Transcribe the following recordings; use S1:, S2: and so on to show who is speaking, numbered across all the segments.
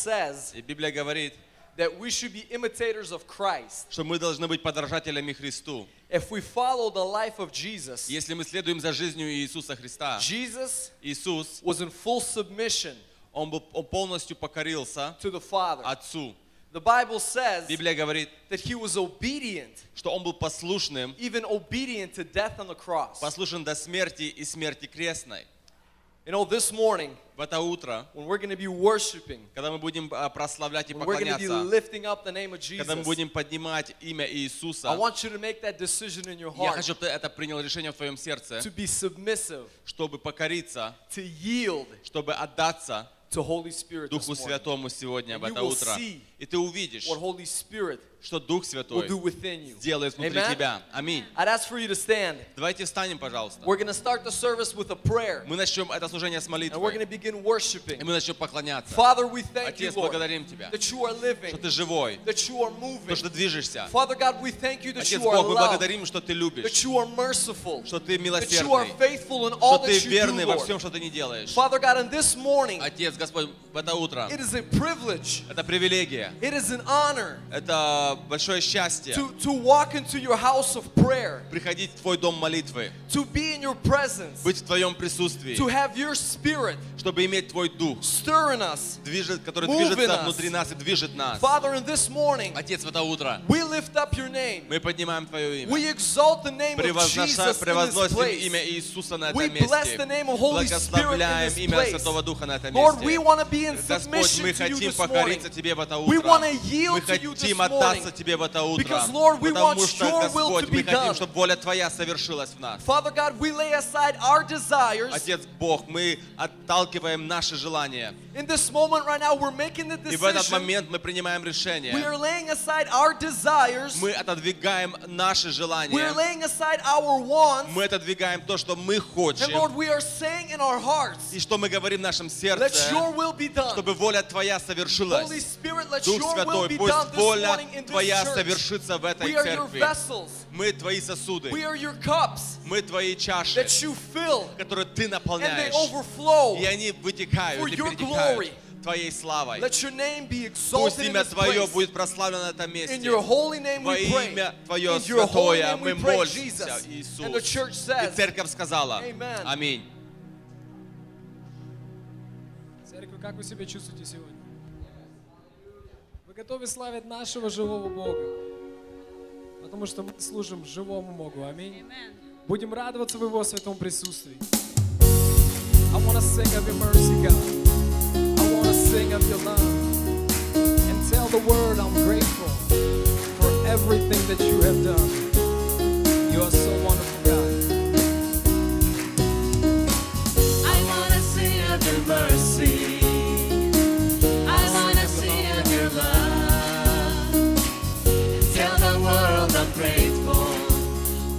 S1: says
S2: И Библия говорит,
S1: that we should be imitators of Christ.
S2: что мы должны быть подражателями Христу.
S1: If we follow the life of Jesus,
S2: Если мы следуем за жизнью Иисуса Христа,
S1: Jesus
S2: Иисус,
S1: was in full submission
S2: он, бы- он полностью покорился
S1: to the Father.
S2: Отцу.
S1: The Bible says
S2: Библия говорит,
S1: that he was obedient,
S2: что он был послушным,
S1: even obedient to death on the cross.
S2: послушен до смерти и смерти крестной.
S1: You know, this morning,
S2: В это утро,
S1: when we're going to be worshiping,
S2: когда мы будем а, прославлять и
S1: when we're going to be
S2: поклоняться,
S1: lifting up the name of
S2: когда мы
S1: Jesus,
S2: будем поднимать имя Иисуса,
S1: I want you to make that decision in your
S2: я
S1: heart
S2: хочу, чтобы ты это принял решение в твоем сердце,
S1: to be submissive,
S2: чтобы покориться,
S1: to yield
S2: чтобы отдаться
S1: to Holy Spirit this
S2: Духу
S1: morning.
S2: Святому сегодня, в
S1: And you
S2: это
S1: will
S2: утро.
S1: see
S2: И ты увидишь,
S1: What Holy Spirit
S2: что Дух
S1: will
S2: Святой
S1: do within you.
S2: сделает внутри
S1: Amen?
S2: тебя. Аминь.
S1: I'd ask for you to stand.
S2: Давайте встанем, пожалуйста.
S1: We're going to start the service with a prayer,
S2: Мы начнем это служение с
S1: and we're going
S2: молитвы.
S1: to begin
S2: И
S1: worshiping.
S2: мы начнем поклоняться.
S1: Father, we thank you,
S2: Отец,
S1: Lord,
S2: благодарим Тебя,
S1: that you are living,
S2: что Ты живой,
S1: that you are
S2: то,
S1: moving.
S2: что Ты движешься.
S1: Father God, we thank you that
S2: Отец
S1: you are
S2: Бог, мы
S1: love,
S2: благодарим, что Ты любишь,
S1: that you are merciful,
S2: что Ты
S1: that you are
S2: милосердный,
S1: faithful in
S2: что
S1: all
S2: Ты
S1: that you do,
S2: верный во всем,
S1: Lord.
S2: что Ты не делаешь.
S1: Father God, and this morning,
S2: Отец, Господь, в это утро,
S1: it is a privilege,
S2: это привилегия,
S1: it is an honor
S2: это большое счастье
S1: to, to walk into your house of prayer,
S2: приходить в Твой дом молитвы,
S1: to be in your presence,
S2: быть в Твоем присутствии,
S1: to have your spirit
S2: чтобы иметь Твой Дух,
S1: stir in us.
S2: движет, который
S1: Move in us.
S2: движется внутри нас и движет нас.
S1: Father, in this morning,
S2: Отец, в это утро
S1: we lift up your name.
S2: мы поднимаем Твое имя.
S1: We exalt the name of
S2: Превозноша-
S1: Jesus in this
S2: Превозносим имя
S1: place.
S2: Иисуса на
S1: We
S2: этом
S1: bless the
S2: месте.
S1: name of Holy Spirit in
S2: Благословляем
S1: this
S2: имя
S1: place.
S2: Святого Духа на этом
S1: Lord, we
S2: месте.
S1: want to be in
S2: Господь,
S1: submission to
S2: мы
S1: you
S2: хотим
S1: this morning.
S2: покориться Тебе в это
S1: We
S2: утро.
S1: wanna yield
S2: Мы
S1: to you this
S2: хотим отдаться
S1: morning.
S2: Тебе в это утро.
S1: Because, Lord, we want
S2: Потому что,
S1: your will to
S2: Господь,
S1: be
S2: мы
S1: done.
S2: хотим, чтобы воля Твоя совершилась в нас.
S1: Father God, we lay aside our desires.
S2: Отец Бог, мы отталкиваем наши желания.
S1: In this moment right now, we're making the
S2: И в этот
S1: decision.
S2: момент мы принимаем
S1: We
S2: решение.
S1: are laying aside our desires.
S2: Мы отодвигаем наши
S1: We are
S2: желания.
S1: laying aside our wants.
S2: Мы отодвигаем то, что мы
S1: And
S2: хотим.
S1: Lord, we are saying in our hearts,
S2: И что мы говорим в нашем
S1: let your
S2: сердце,
S1: will be done.
S2: чтобы воля Твоя
S1: Holy
S2: совершилась.
S1: Spirit, let
S2: Дух
S1: your will
S2: Святой,
S1: be done
S2: пусть
S1: this
S2: воля
S1: morning in
S2: Твоя
S1: this church.
S2: совершится в этой
S1: We are your
S2: церкви.
S1: vessels.
S2: Мы Твои сосуды,
S1: We are your cups
S2: мы Твои чаши,
S1: that you fill
S2: которые Ты
S1: and they
S2: наполняешь.
S1: overflow.
S2: И они
S1: for
S2: вытекают и
S1: your
S2: перетекают
S1: glory.
S2: Твоей славой.
S1: Let your name be
S2: Пусть
S1: exalted in
S2: имя
S1: this
S2: Твое
S1: place.
S2: будет прославлено на этом
S1: In
S2: месте.
S1: your holy name
S2: Во
S1: we pray.
S2: имя Твое
S1: In your holy
S2: святое
S1: name
S2: мы
S1: we pray,
S2: молимся,
S1: Jesus. And the
S2: Иисус.
S1: church
S2: И
S1: says,
S2: церковь сказала,
S1: Amen.
S2: аминь.
S3: Церковь, как вы себя чувствуете сегодня? Вы готовы славить нашего живого Бога? Потому что мы служим живому Богу. Аминь. Будем радоваться в Его святом присутствии. I wanna sing of your mercy, God. I wanna sing of your love. And tell the world I'm grateful for everything that you have done. You are so wonderful, God.
S4: I wanna see of your mercy. I wanna see of your love. Tell the world I'm grateful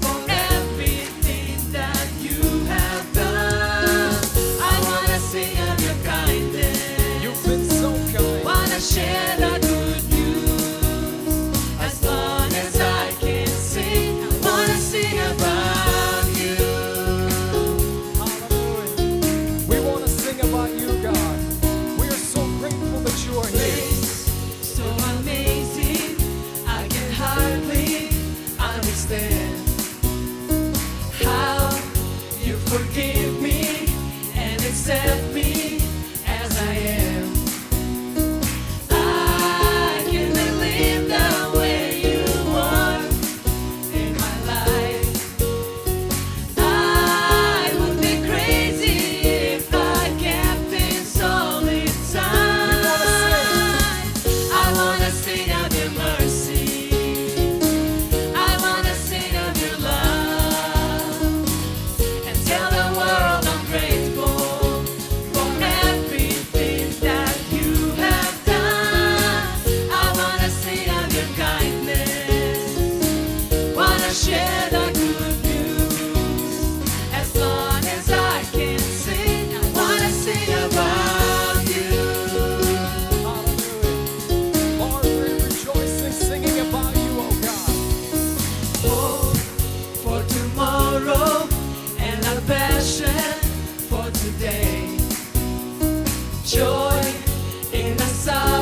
S4: for everything that you have done. I wanna see of your kindness.
S3: You've been so kind.
S4: Wanna share the good news as long as I can see. I wanna sing about you.
S3: Hallelujah. We want to sing about you, God. We are so grateful that you are here.
S4: place so amazing I can hardly understand how you forgive me and accept me as I am. I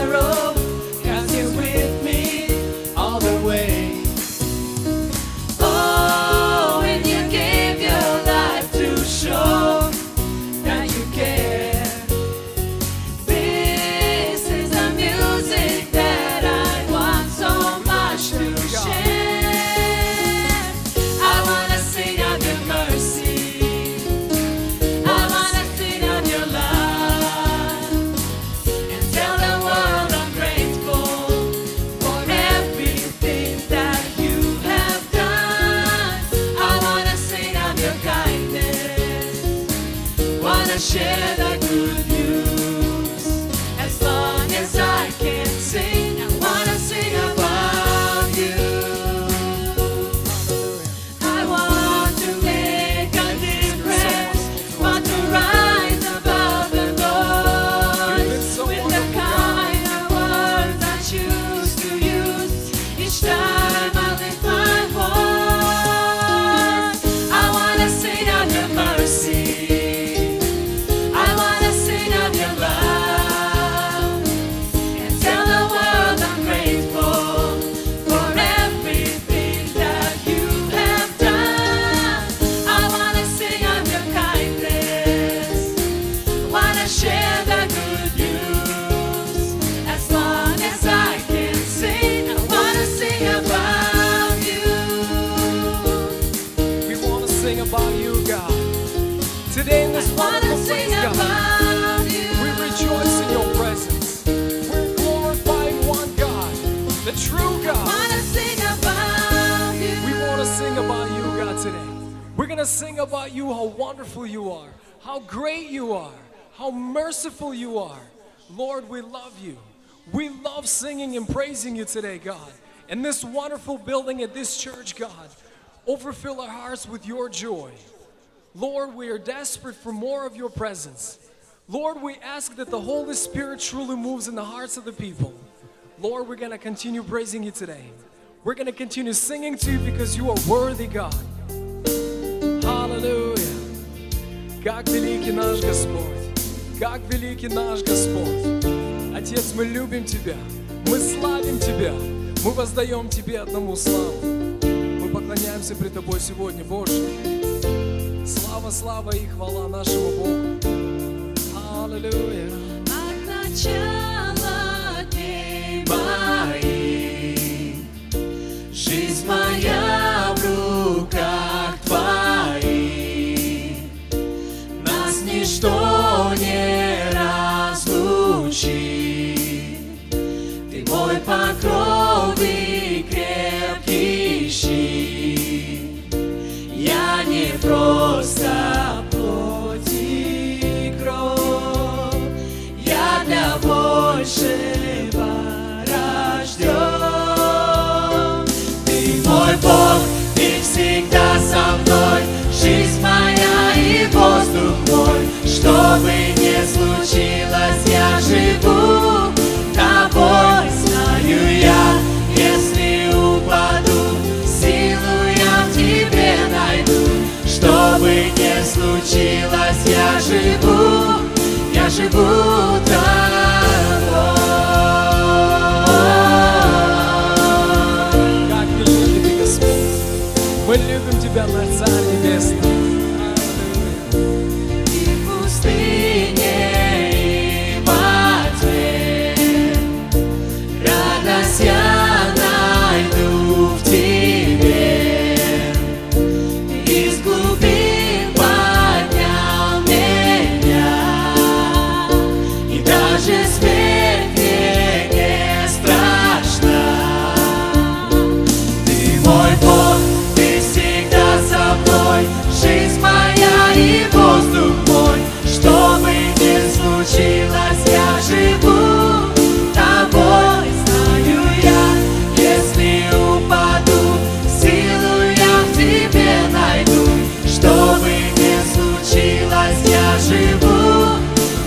S4: Oh, Oh,
S3: to sing about you, how wonderful you are, how great you are, how merciful you are. Lord, we love you. We love singing and praising you today, God. In this wonderful building at this church, God, overfill our hearts with your joy. Lord, we are desperate for more of your presence. Lord, we ask that the Holy Spirit truly moves in the hearts of the people. Lord, we're going to continue praising you today. We're going to continue singing to you because you are worthy, God. Hallelujah. Как великий наш Господь, как великий наш Господь. Отец, мы любим Тебя, мы славим Тебя, мы воздаем Тебе одному славу. Мы поклоняемся пред Тобой сегодня, Боже. Слава, слава и хвала нашему Богу. Аллилуйя.
S4: От начала дней моих Жизнь моя в руках твоих Нас ничто не разлучит Ты мой покров и крепкий щит Я не просто плоть и кровь я для большего рожден. Ты мой Бог, ты всегда со мной, жизнь моя и воздух мой. Что бы ни случилось, я живу тобой, знаю я, если упаду, силу я в тебе найду. Что бы ни случилось, я живу, я живу тобой.
S3: Как великий ты, Господь. Мы любим Тебя, наш Царь Небесный.
S4: И в пустыне, и в воде Радость я найду в Тебе Из глубин поднял меня И даже смерть мне не страшна ты мой Бог, ты всегда со мной, жизнь моя и воздух мой. Что бы ни случилось, я живу тобой, знаю я. Если упаду, силу я в тебе найду. Что бы ни случилось, я живу,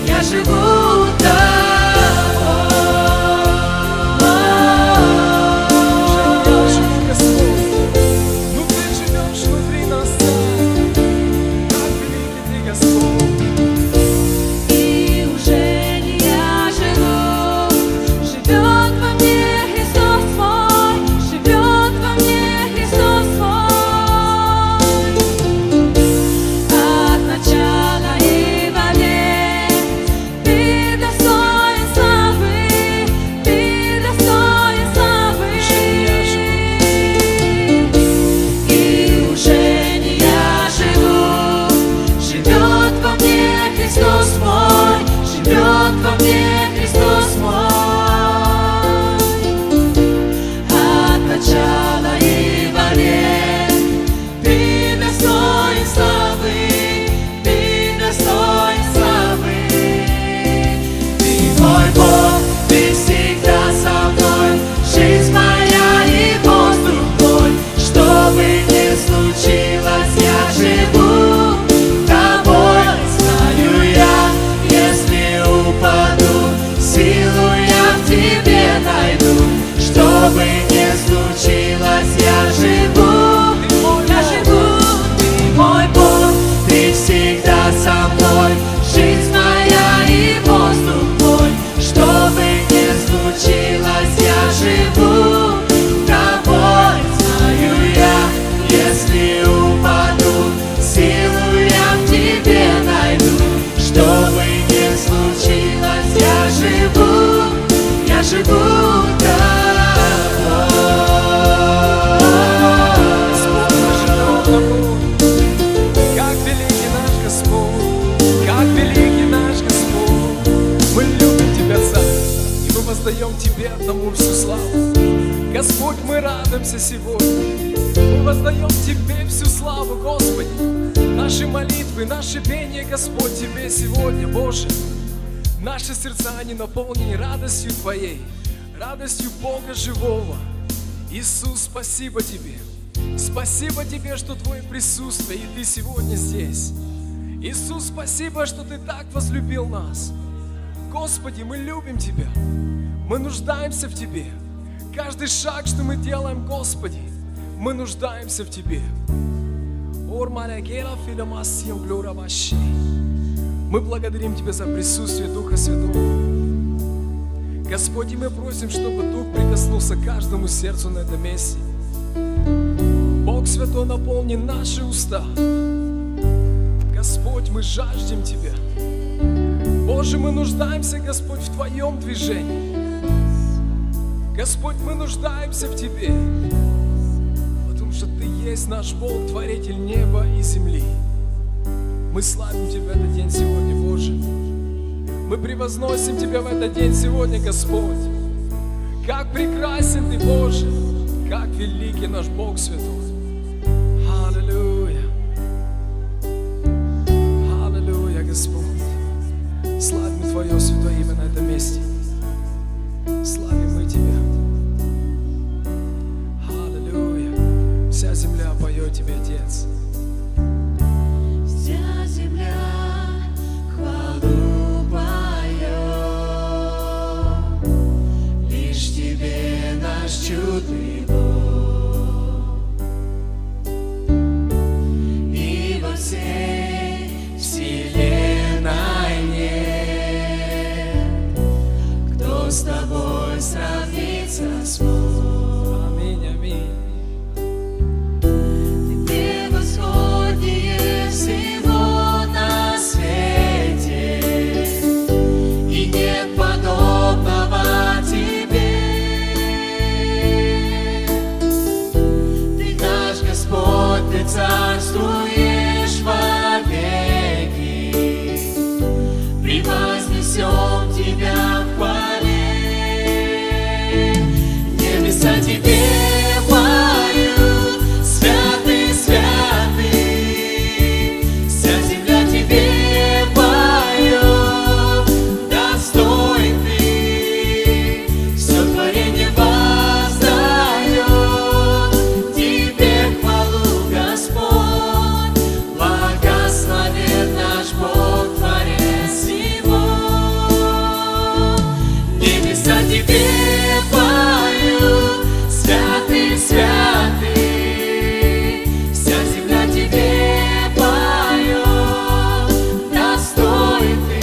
S4: я живу тобой.
S3: Живешь, Господь, ну ты живешь внутри нас, Царь. Как великий ты, Господь.
S4: И уже не я живу, живет во мне Христос мой, живет во мне Христос мой. От начала и во ты достоин славы, ты достоин славы. И уже не я живу, живет во мне Христос мой, живет во мне Христос мой. От начала и во ты достоин славы, ты достоин славы. Ты мой Бог, ты всегда со мной, жизнь моя и воздух мой. Что бы ни случилось, я живу тобой. Знаю я, если упаду, силу я в тебе найду. Что бы ни случилось, я живу, я живу. Ты мой Бог, ты всегда со мной, жизнь моя и воздух мой. Что бы ни случилось, я живу тобой, знаю я. Если упаду, силу я в тебе найду. Что бы ни случилось, я живу, я живу тобой.
S3: Как великий наш Господь, как великий наш Господь. Мы любим Тебя, Царь, и мы воздаем Тебе одному всю славу. Господь, мы радуемся сегодня. Мы воздаем Тебе всю славу, Господи. Наши молитвы, наше пение, Господь, Тебе сегодня, Боже. Наши сердца, они наполнены радостью Твоей, радостью Бога живого. Иисус, спасибо Тебе. Спасибо Тебе, что Твое присутствие, и Ты сегодня здесь. Иисус, спасибо, что Ты так возлюбил нас. Господи, мы любим Тебя. Мы нуждаемся в Тебе. Каждый шаг, что мы делаем, Господи, мы нуждаемся в Тебе. Орманагела филемасием глюраващи. Мы благодарим Тебя за присутствие Духа Святого. Господи, мы просим, чтобы Дух прикоснулся к каждому сердцу на этом месте. Бог Святой, наполни наши уста. Господь, мы жаждем Тебя. Боже, мы нуждаемся, Господь, в Твоем движении. Господь, мы нуждаемся в Тебе, потому что Ты есть наш Бог, Творитель неба и земли. Мы славим Тебя в этот день сегодня, Боже. Мы превозносим Тебя в этот день сегодня, Господь. Как прекрасен Ты, Боже, как великий наш Бог Святой. Аллилуйя. Аллилуйя, Господь. Славим Твое святое имя на этом месте. Славим мы Тебя. Аллилуйя. Вся земля поет Тебе, Отец.
S4: Вся земля хвалу поет, Лишь Тебе наш чудный Бог. И во всей вселенной нет, Кто с Тобой сравнится смог.
S3: Аминь, аминь.
S4: Ты восходнее всего на свете, и нет подобного тебе. Ты наш Господь, ты царствуешь во веки, превознесем тебя в хвале. Небеса тебе поют, святый, святый, вся земля тебе поет, достойный, все творение воздает, тебе хвалу, Господь, благословен наш Бог, Творец его. Небеса тебе поют, святый, святый, вся земля тебе поет, достой ты,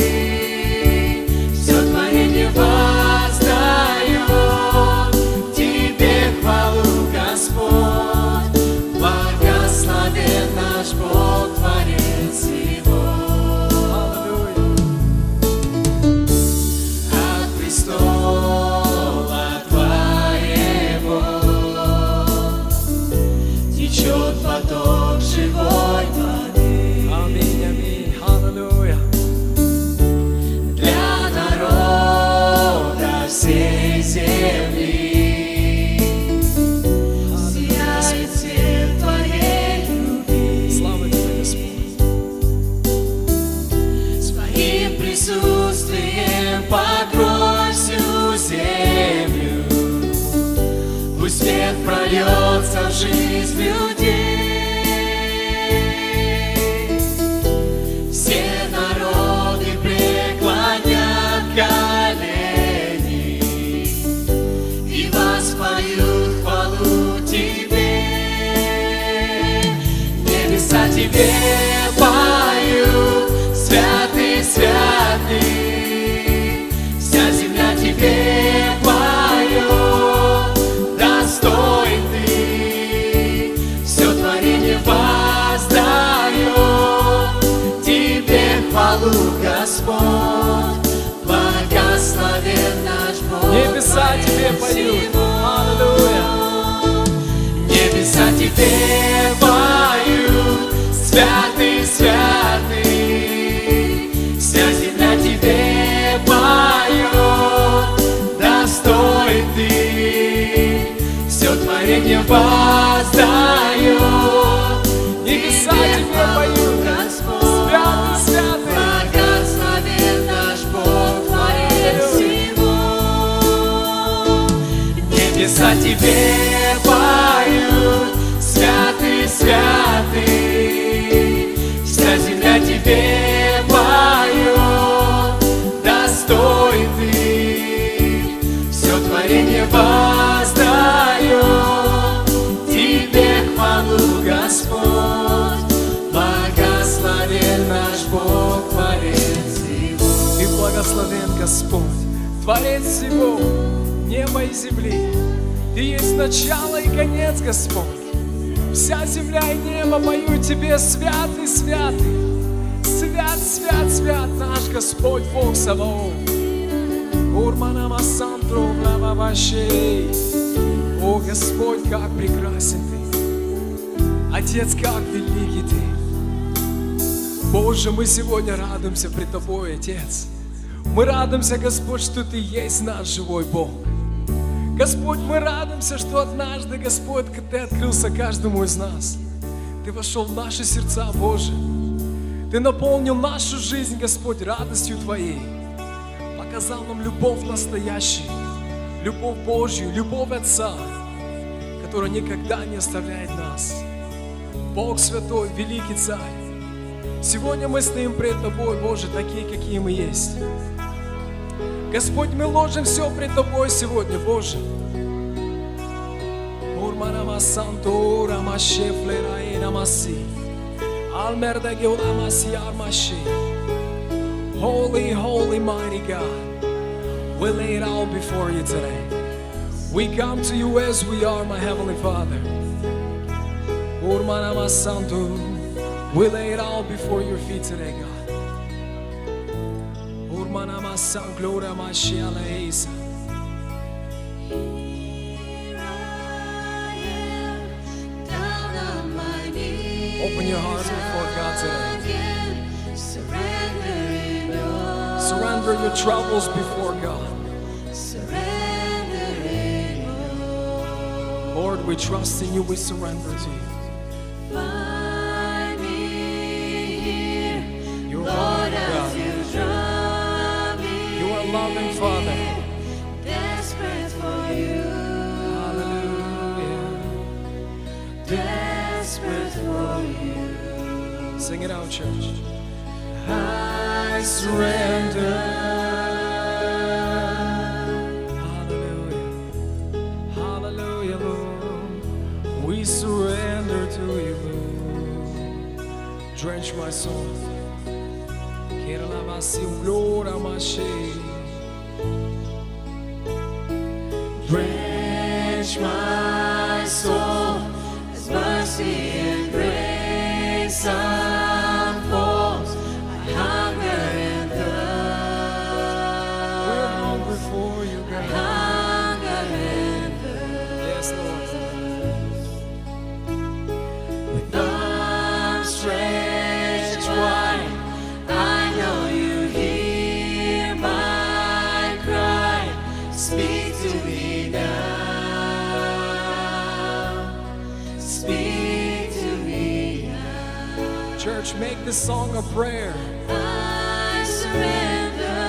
S4: все творение воздает, тебе хвалу, Господь, благословен наш Бог, Творец его.
S3: Аллилуйя.
S4: От престола Твоего Течет поток живой воды
S3: Аминь, аминь. Аллилуйя.
S4: Для народа всей земли Сияет свет Твоей любви
S3: Слава Тебе, Господь.
S4: Своим присутствием покрой всю землю. Пусть свет прольется в жизнь людей. Все народы преклонят колени и воспоют хвалу Тебе. Небеса Тебе поют, святый, святый, вся земля Тебе поет, достой Ты, все творение воздает Тебе хвалу, Господь, благословен наш Бог.
S3: Небеса Тебе
S4: Творец
S3: поют.
S4: его.
S3: Аллилуйя.
S4: Небеса Тебе поют, святый, святый, вся земля Тебе поет, достой Ты, все творение воздает.
S3: Небеса Тебе поют.
S4: Небеса тебе поют, святый, святый. Вся земля тебе поет, достой ты. Все творение воздает, тебе хвалу, Господь. Благословен наш Бог, Творец его.
S3: Ты благословен, Господь, Творец всего, неба и земли. Ты есть начало и конец, Господь. Вся земля и небо мою Тебе, святый, святый. Свят, свят, свят наш Господь Бог Саваоф. Урманама Сандру Лававашей. О Господь, как прекрасен Ты. Отец, как великий Ты. Боже, мы сегодня радуемся пред Тобой, Отец. Мы радуемся, Господь, что Ты есть наш живой Бог. Господь, мы радуемся, что однажды, Господь, Ты открылся каждому из нас. Ты вошел в наши сердца, Боже. Ты наполнил нашу жизнь, Господь, радостью Твоей. Показал нам любовь настоящую, любовь Божью, любовь Отца, которая никогда не оставляет нас. Бог Святой, Великий Царь, Сегодня мы стоим пред Тобой, Боже, такие, какие мы есть. Господь, мы ложим все пред Тобой сегодня, Боже. Урманама Санто, Рама Шефле, Раина Маси. Алмерда Геулама Сиармаши. Holy, holy, mighty God, we lay it all before you today. We come to you as we are, my Heavenly Father. Urmanama Santo, we lay it all before your feet today, God. Urmanama San Gloria Mashiala Isa. Open your heart before God today. Surrender your troubles before God. Lord, we trust in you, we surrender to you. You're Lord, God. You are loving Father. Hallelujah. Sing it out, church. I surrender. Hallelujah. Hallelujah, Lord. We surrender to you, Lord. Drench my soul. Kerala Masi, Glora Mashi.
S4: Drench my soul as mercy and grace unfolds. I hunger and thirst.
S3: We're hungry for you, God.
S4: Hunger and
S3: Yes, Lord.
S4: thirst. Arms stretched wide, I know you hear my cry. Speak to me now. Speak to me now.
S3: Church, make this song a prayer.
S4: I surrender.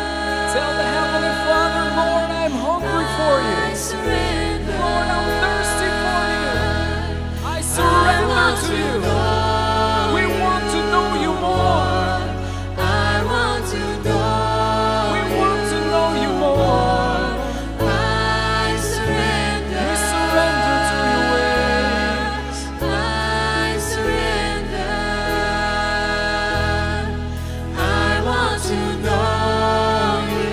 S3: Tell the Heavenly Father, Lord, I'm hungry for
S4: I
S3: you.
S4: surrender.
S3: Lord, I'm thirsty for you. I surrender to you. We want to know you more.
S4: I want to
S3: We
S4: know.
S3: want to know you more.
S4: I surrender.
S3: We surrender to your ways.
S4: I surrender. I want to know.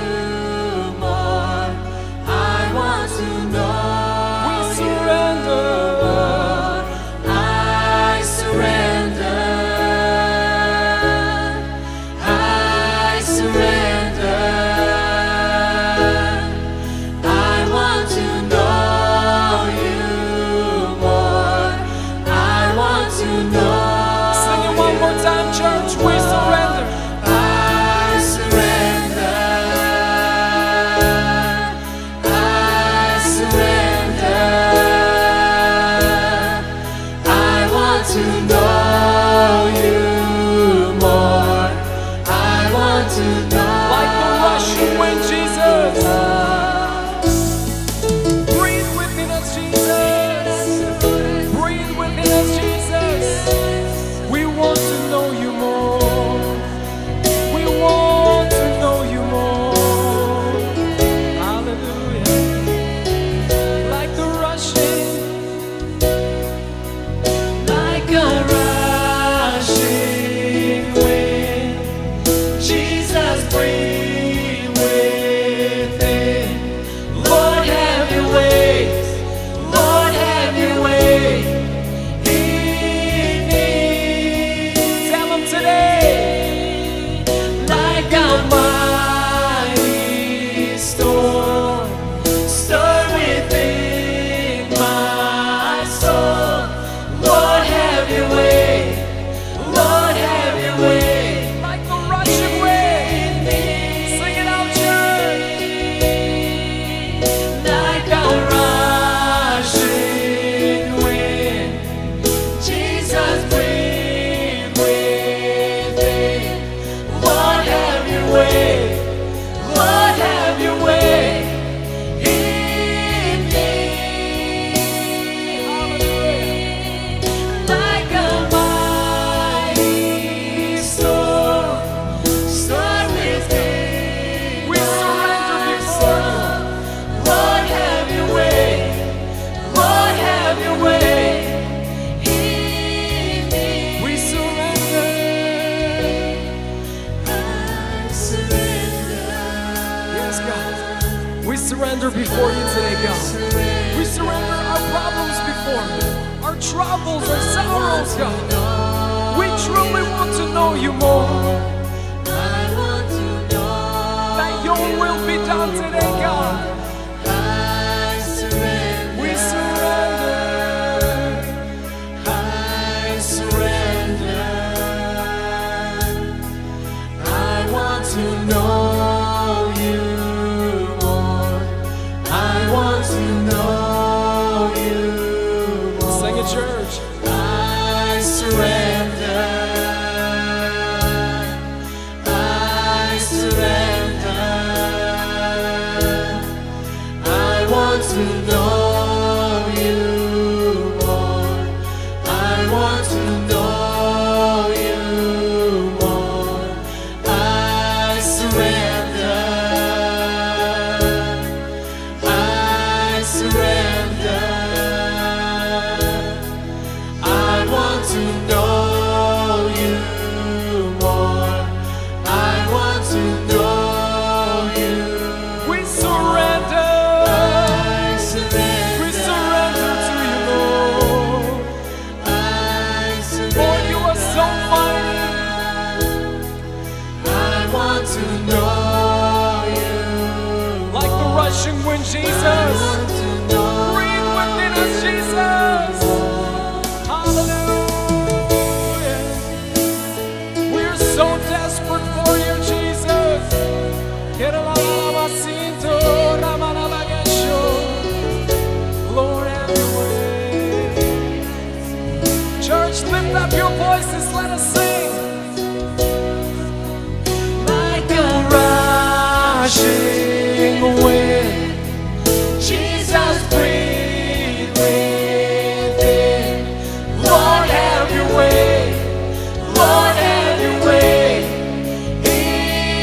S3: surrender before you today, God. We surrender our problems before you, our troubles, our sorrows, God. We truly want to know you more.
S4: I want to know.
S3: That your will be done today, God.
S4: I surrender.
S3: We surrender.
S4: I surrender. I want to know you more. I want to know you more.
S3: Sing it, church.
S4: I surrender. I surrender. I want to know you more. I want to know you more. I surrender. I surrender. I want to know you more. I want to know you.
S3: We surrender.
S4: I surrender.
S3: We surrender to you, Lord.
S4: I
S3: For
S4: surrender.
S3: you are so mighty.
S4: I want to know you.
S3: Like the rushing wind, Jesus.
S4: want to know.
S3: Breathe within us, Jesus. Hallelujah. We're so desperate for you, Jesus. Keralabasinto, Ramanabagasho. Lord, have your way. Church, lift up your voices. Let us sing.
S4: Like a rushing wind, Jesus breathe within. Lord, have Your way. Lord, have Your way in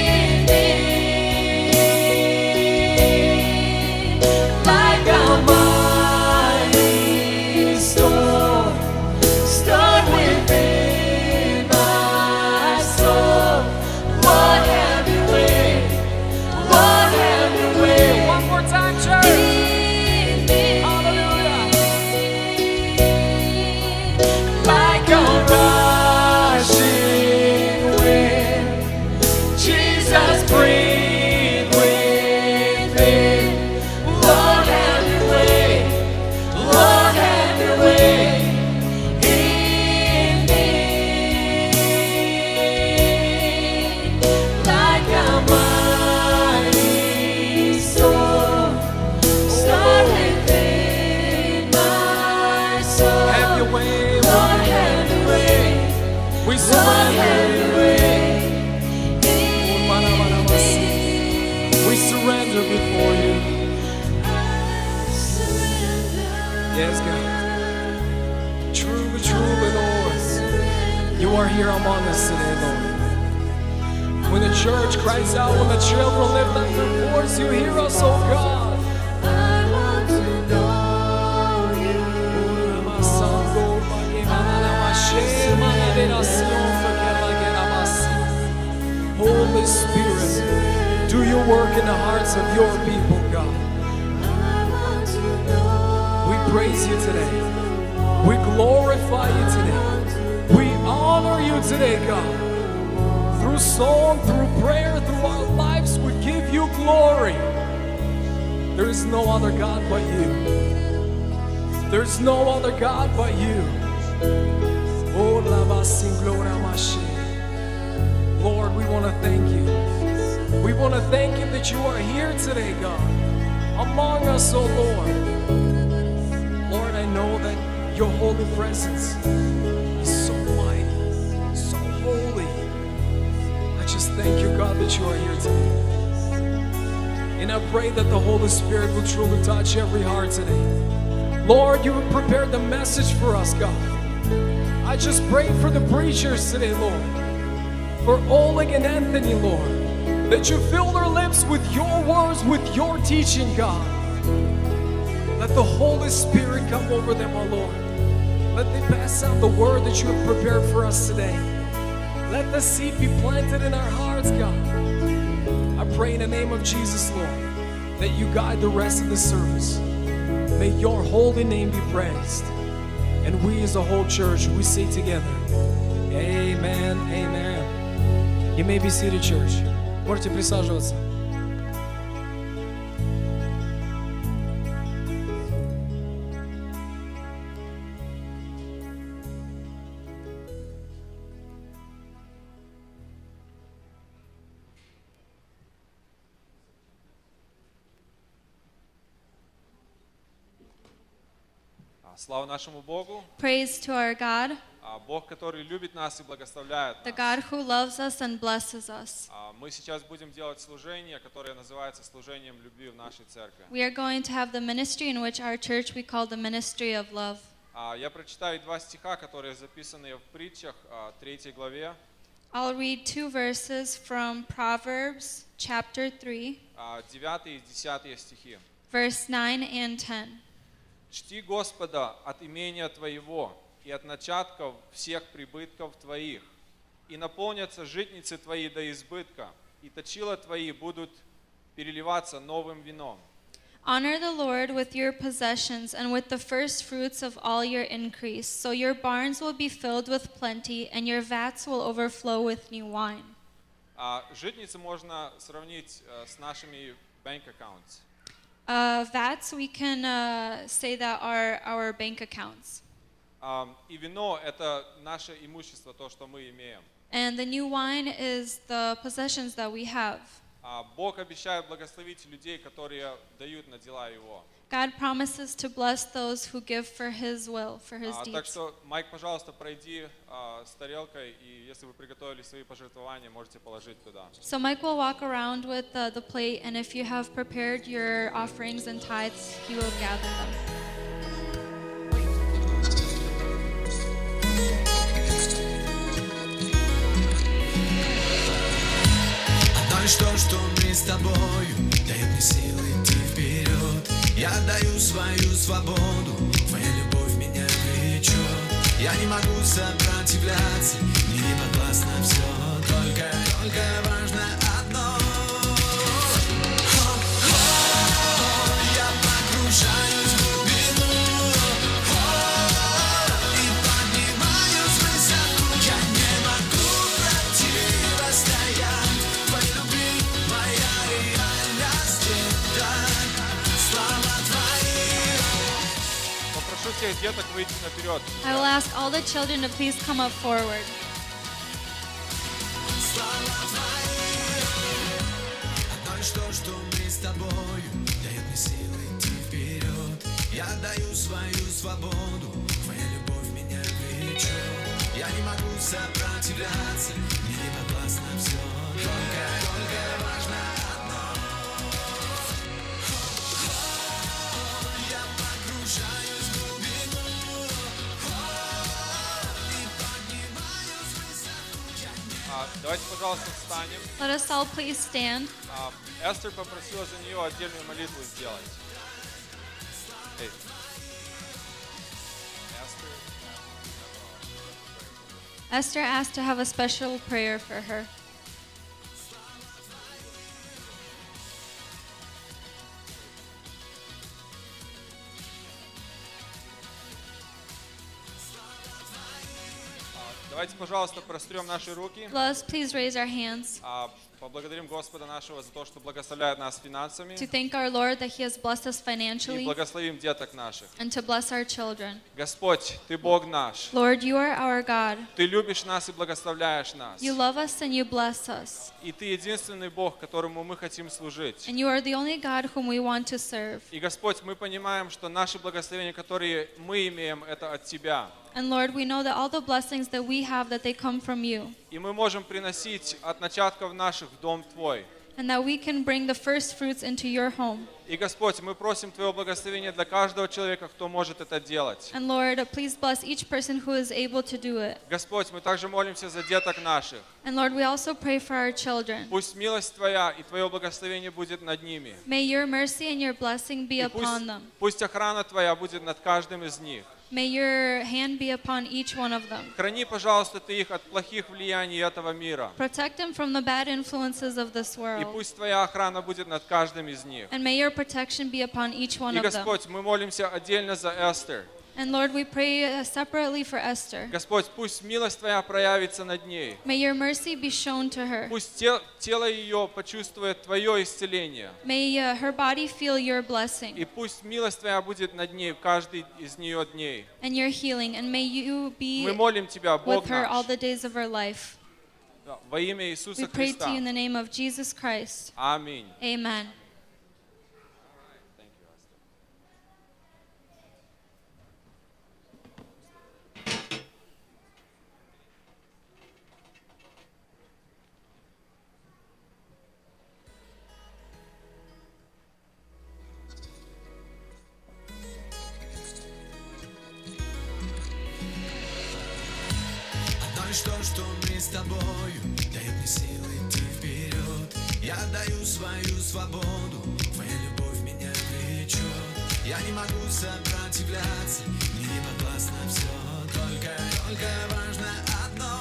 S4: me. Like a mighty storm, Start within my soul. Lord, have your way. Lord, have your way.
S3: One more time, church.
S4: In me.
S3: Hallelujah.
S4: Like a rushing wind, Jesus breathe within. Lord, have Your way. Lord, have Your way in me. Like a mighty storm, start within my soul.
S3: Have your way.
S4: Lord, have Your way.
S3: We
S4: Lord,
S3: surrender.
S4: have Your way in me.
S3: We surrender before you.
S4: I surrender.
S3: Yes, God. Truly, truly, Lord. You are here among us today, Lord. When the church cries out, when the children lift up their voice, you hear us, oh God.
S4: I want to know You.
S3: Holy Spirit, do your work in the hearts of your people, God.
S4: I want to know.
S3: We praise you today. We glorify you today. We honor you today, God. Through song, through prayer, through our lives, we give you glory. There is no other God but you. There's no other God but you. Oh, lava sin gloria mashi. Lord, we want to thank you. We want to thank you that you are here today, God, among us, oh Lord. Lord, I know that your holy presence is so mighty, so holy. I just thank you, God, that you are here today. And I pray that the Holy Spirit will truly touch every heart today. Lord, you have prepared the message for us, God. I just pray for the preachers today, Lord, for Oleg and Anthony, Lord, that you fill their lips with your words, with your teaching, God. Let the Holy Spirit come over them, O Lord. Let them pass out the word that you have prepared for us today. Let the seed be planted in our hearts, God. I pray in the name of Jesus, Lord. that you guide the rest of the service. May your holy name be praised. And we as a whole church, we say together, Amen, Amen. You may be seated, church. Можете присаживаться.
S5: А, Слава нашему Богу,
S6: Praise to our God,
S5: а, Бог, который любит нас и благословляет
S6: the
S5: нас.
S6: God who loves us and blesses us.
S5: А, Мы сейчас будем делать служение, которое называется служением любви в нашей церкви.
S6: We are going to have the ministry in which our church we call the ministry of love.
S5: А, Я прочитаю два стиха, которые записаны в притчах, а, третьей главе.
S6: I'll read two verses from Proverbs chapter 3,
S5: А, Девятый и десятый стихи.
S6: verse 9 and 10.
S5: «Чти Господа от имения Твоего и от начатков всех прибытков Твоих, и наполнятся житницы Твои до избытка, и точила Твои будут переливаться новым вином».
S6: Honor the Lord with your possessions and with the first fruits of all your increase, so your barns will be filled with plenty and your vats will overflow with new wine.
S5: А житницы можно сравнить э, с нашими bank accounts.
S6: Uh, vats, we can uh, say that are our bank accounts.
S5: Ам, И вино – это наше имущество, то, что мы имеем.
S6: And the new wine is the possessions that we have.
S5: А Бог обещает благословить людей, которые дают на дела Его.
S6: God promises to bless those who give for His will, for His
S5: А, Так
S6: deeds.
S5: что, Майк, пожалуйста, пройди а, с тарелкой, и если вы приготовили свои пожертвования, можете положить туда.
S6: So Mike will walk around with uh, the plate, and if you have prepared your offerings and tithes, he will gather them.
S7: Одно лишь то, что мы с тобою Дает мне силы идти вперед Я даю свою свободу Твоя любовь меня влечет Я не могу сопротивляться Мне не подвластно все Только, только важно одно О, о, Я погружаюсь в глубину О, И поднимаюсь высоко Я не могу противостоять
S5: Попрошу всех деток выйти наперед.
S6: I will ask all the children to please come up forward.
S7: Одно лишь А то, что мы с тобою Дает мне силы идти вперед Я даю свою свободу Твоя любовь меня влечет Я не могу сопротивляться Мне не подвластно все Только, только важно одно Я погружаюсь в глубину И поднимаюсь высоко Я не
S5: А, Давайте, пожалуйста, встанем.
S6: Let us all please stand.
S5: А, Эстер попросила за нее отдельную молитву сделать. Эй. Эстер.
S6: Esther asked to have a special prayer for her.
S5: а, Давайте, пожалуйста, прострем наши руки.
S6: Let us please raise our hands
S5: А, Поблагодарим Господа нашего за то, что благословляет нас финансами.
S6: to thank our Lord that He has blessed us
S5: И
S6: financially
S5: благословим деток наших.
S6: and to bless our children.
S5: Господь, Ты Бог наш.
S6: Lord, you are our God.
S5: Ты любишь нас и благословляешь нас.
S6: You love us and you bless us.
S5: И Ты единственный Бог, которому мы хотим служить.
S6: And you are the only God whom we want to serve.
S5: И, Господь, мы понимаем, что наши благословения, которые мы имеем, это от Тебя.
S6: And Lord, we know that all the blessings that we have that they come from you
S5: И мы можем приносить от начатков наших в дом Твой.
S6: and that we can bring the first fruits into your home.
S5: И, Господь, мы просим Твоего благословения для каждого человека, кто может это делать.
S6: And Lord, please bless each person who is able to do it.
S5: Господь, мы также молимся за деток наших.
S6: And Lord, we also pray for our children.
S5: Пусть милость Твоя и Твое благословение будет над ними.
S6: May your mercy and your blessing be
S5: И пусть,
S6: upon them.
S5: пусть охрана Твоя будет над каждым из них.
S6: May your hand be upon each one of them.
S5: Храни, пожалуйста, ты их от плохих влияний этого мира.
S6: Protect them from the bad influences of this
S5: И
S6: world.
S5: пусть Твоя охрана будет над каждым из них.
S6: And may your protection be upon each one
S5: И,
S6: of them.
S5: Господь, мы молимся отдельно за Эстер.
S6: And Lord, we pray uh, separately for Esther.
S5: Господь, пусть милость Твоя проявится над ней.
S6: May your mercy be shown to her.
S5: Пусть те- тело ее почувствует Твое исцеление.
S6: May uh, her body feel your blessing
S5: И пусть милость Твоя будет над ней в каждый из нее дней.
S6: and your healing. And may you be
S5: Мы молим Тебя, Бог
S6: with her all
S5: наш,
S6: the days of her life.
S5: да, во имя
S6: We
S5: Иисуса
S6: pray to
S5: Христа.
S6: you in the name of Jesus Christ.
S5: Аминь.
S6: Amen.
S7: Но лишь то, что мы с тобою Дает мне силы идти вперед Я даю свою свободу Твоя любовь меня влечет Я не могу сопротивляться Мне не подвластно все Только, только важно одно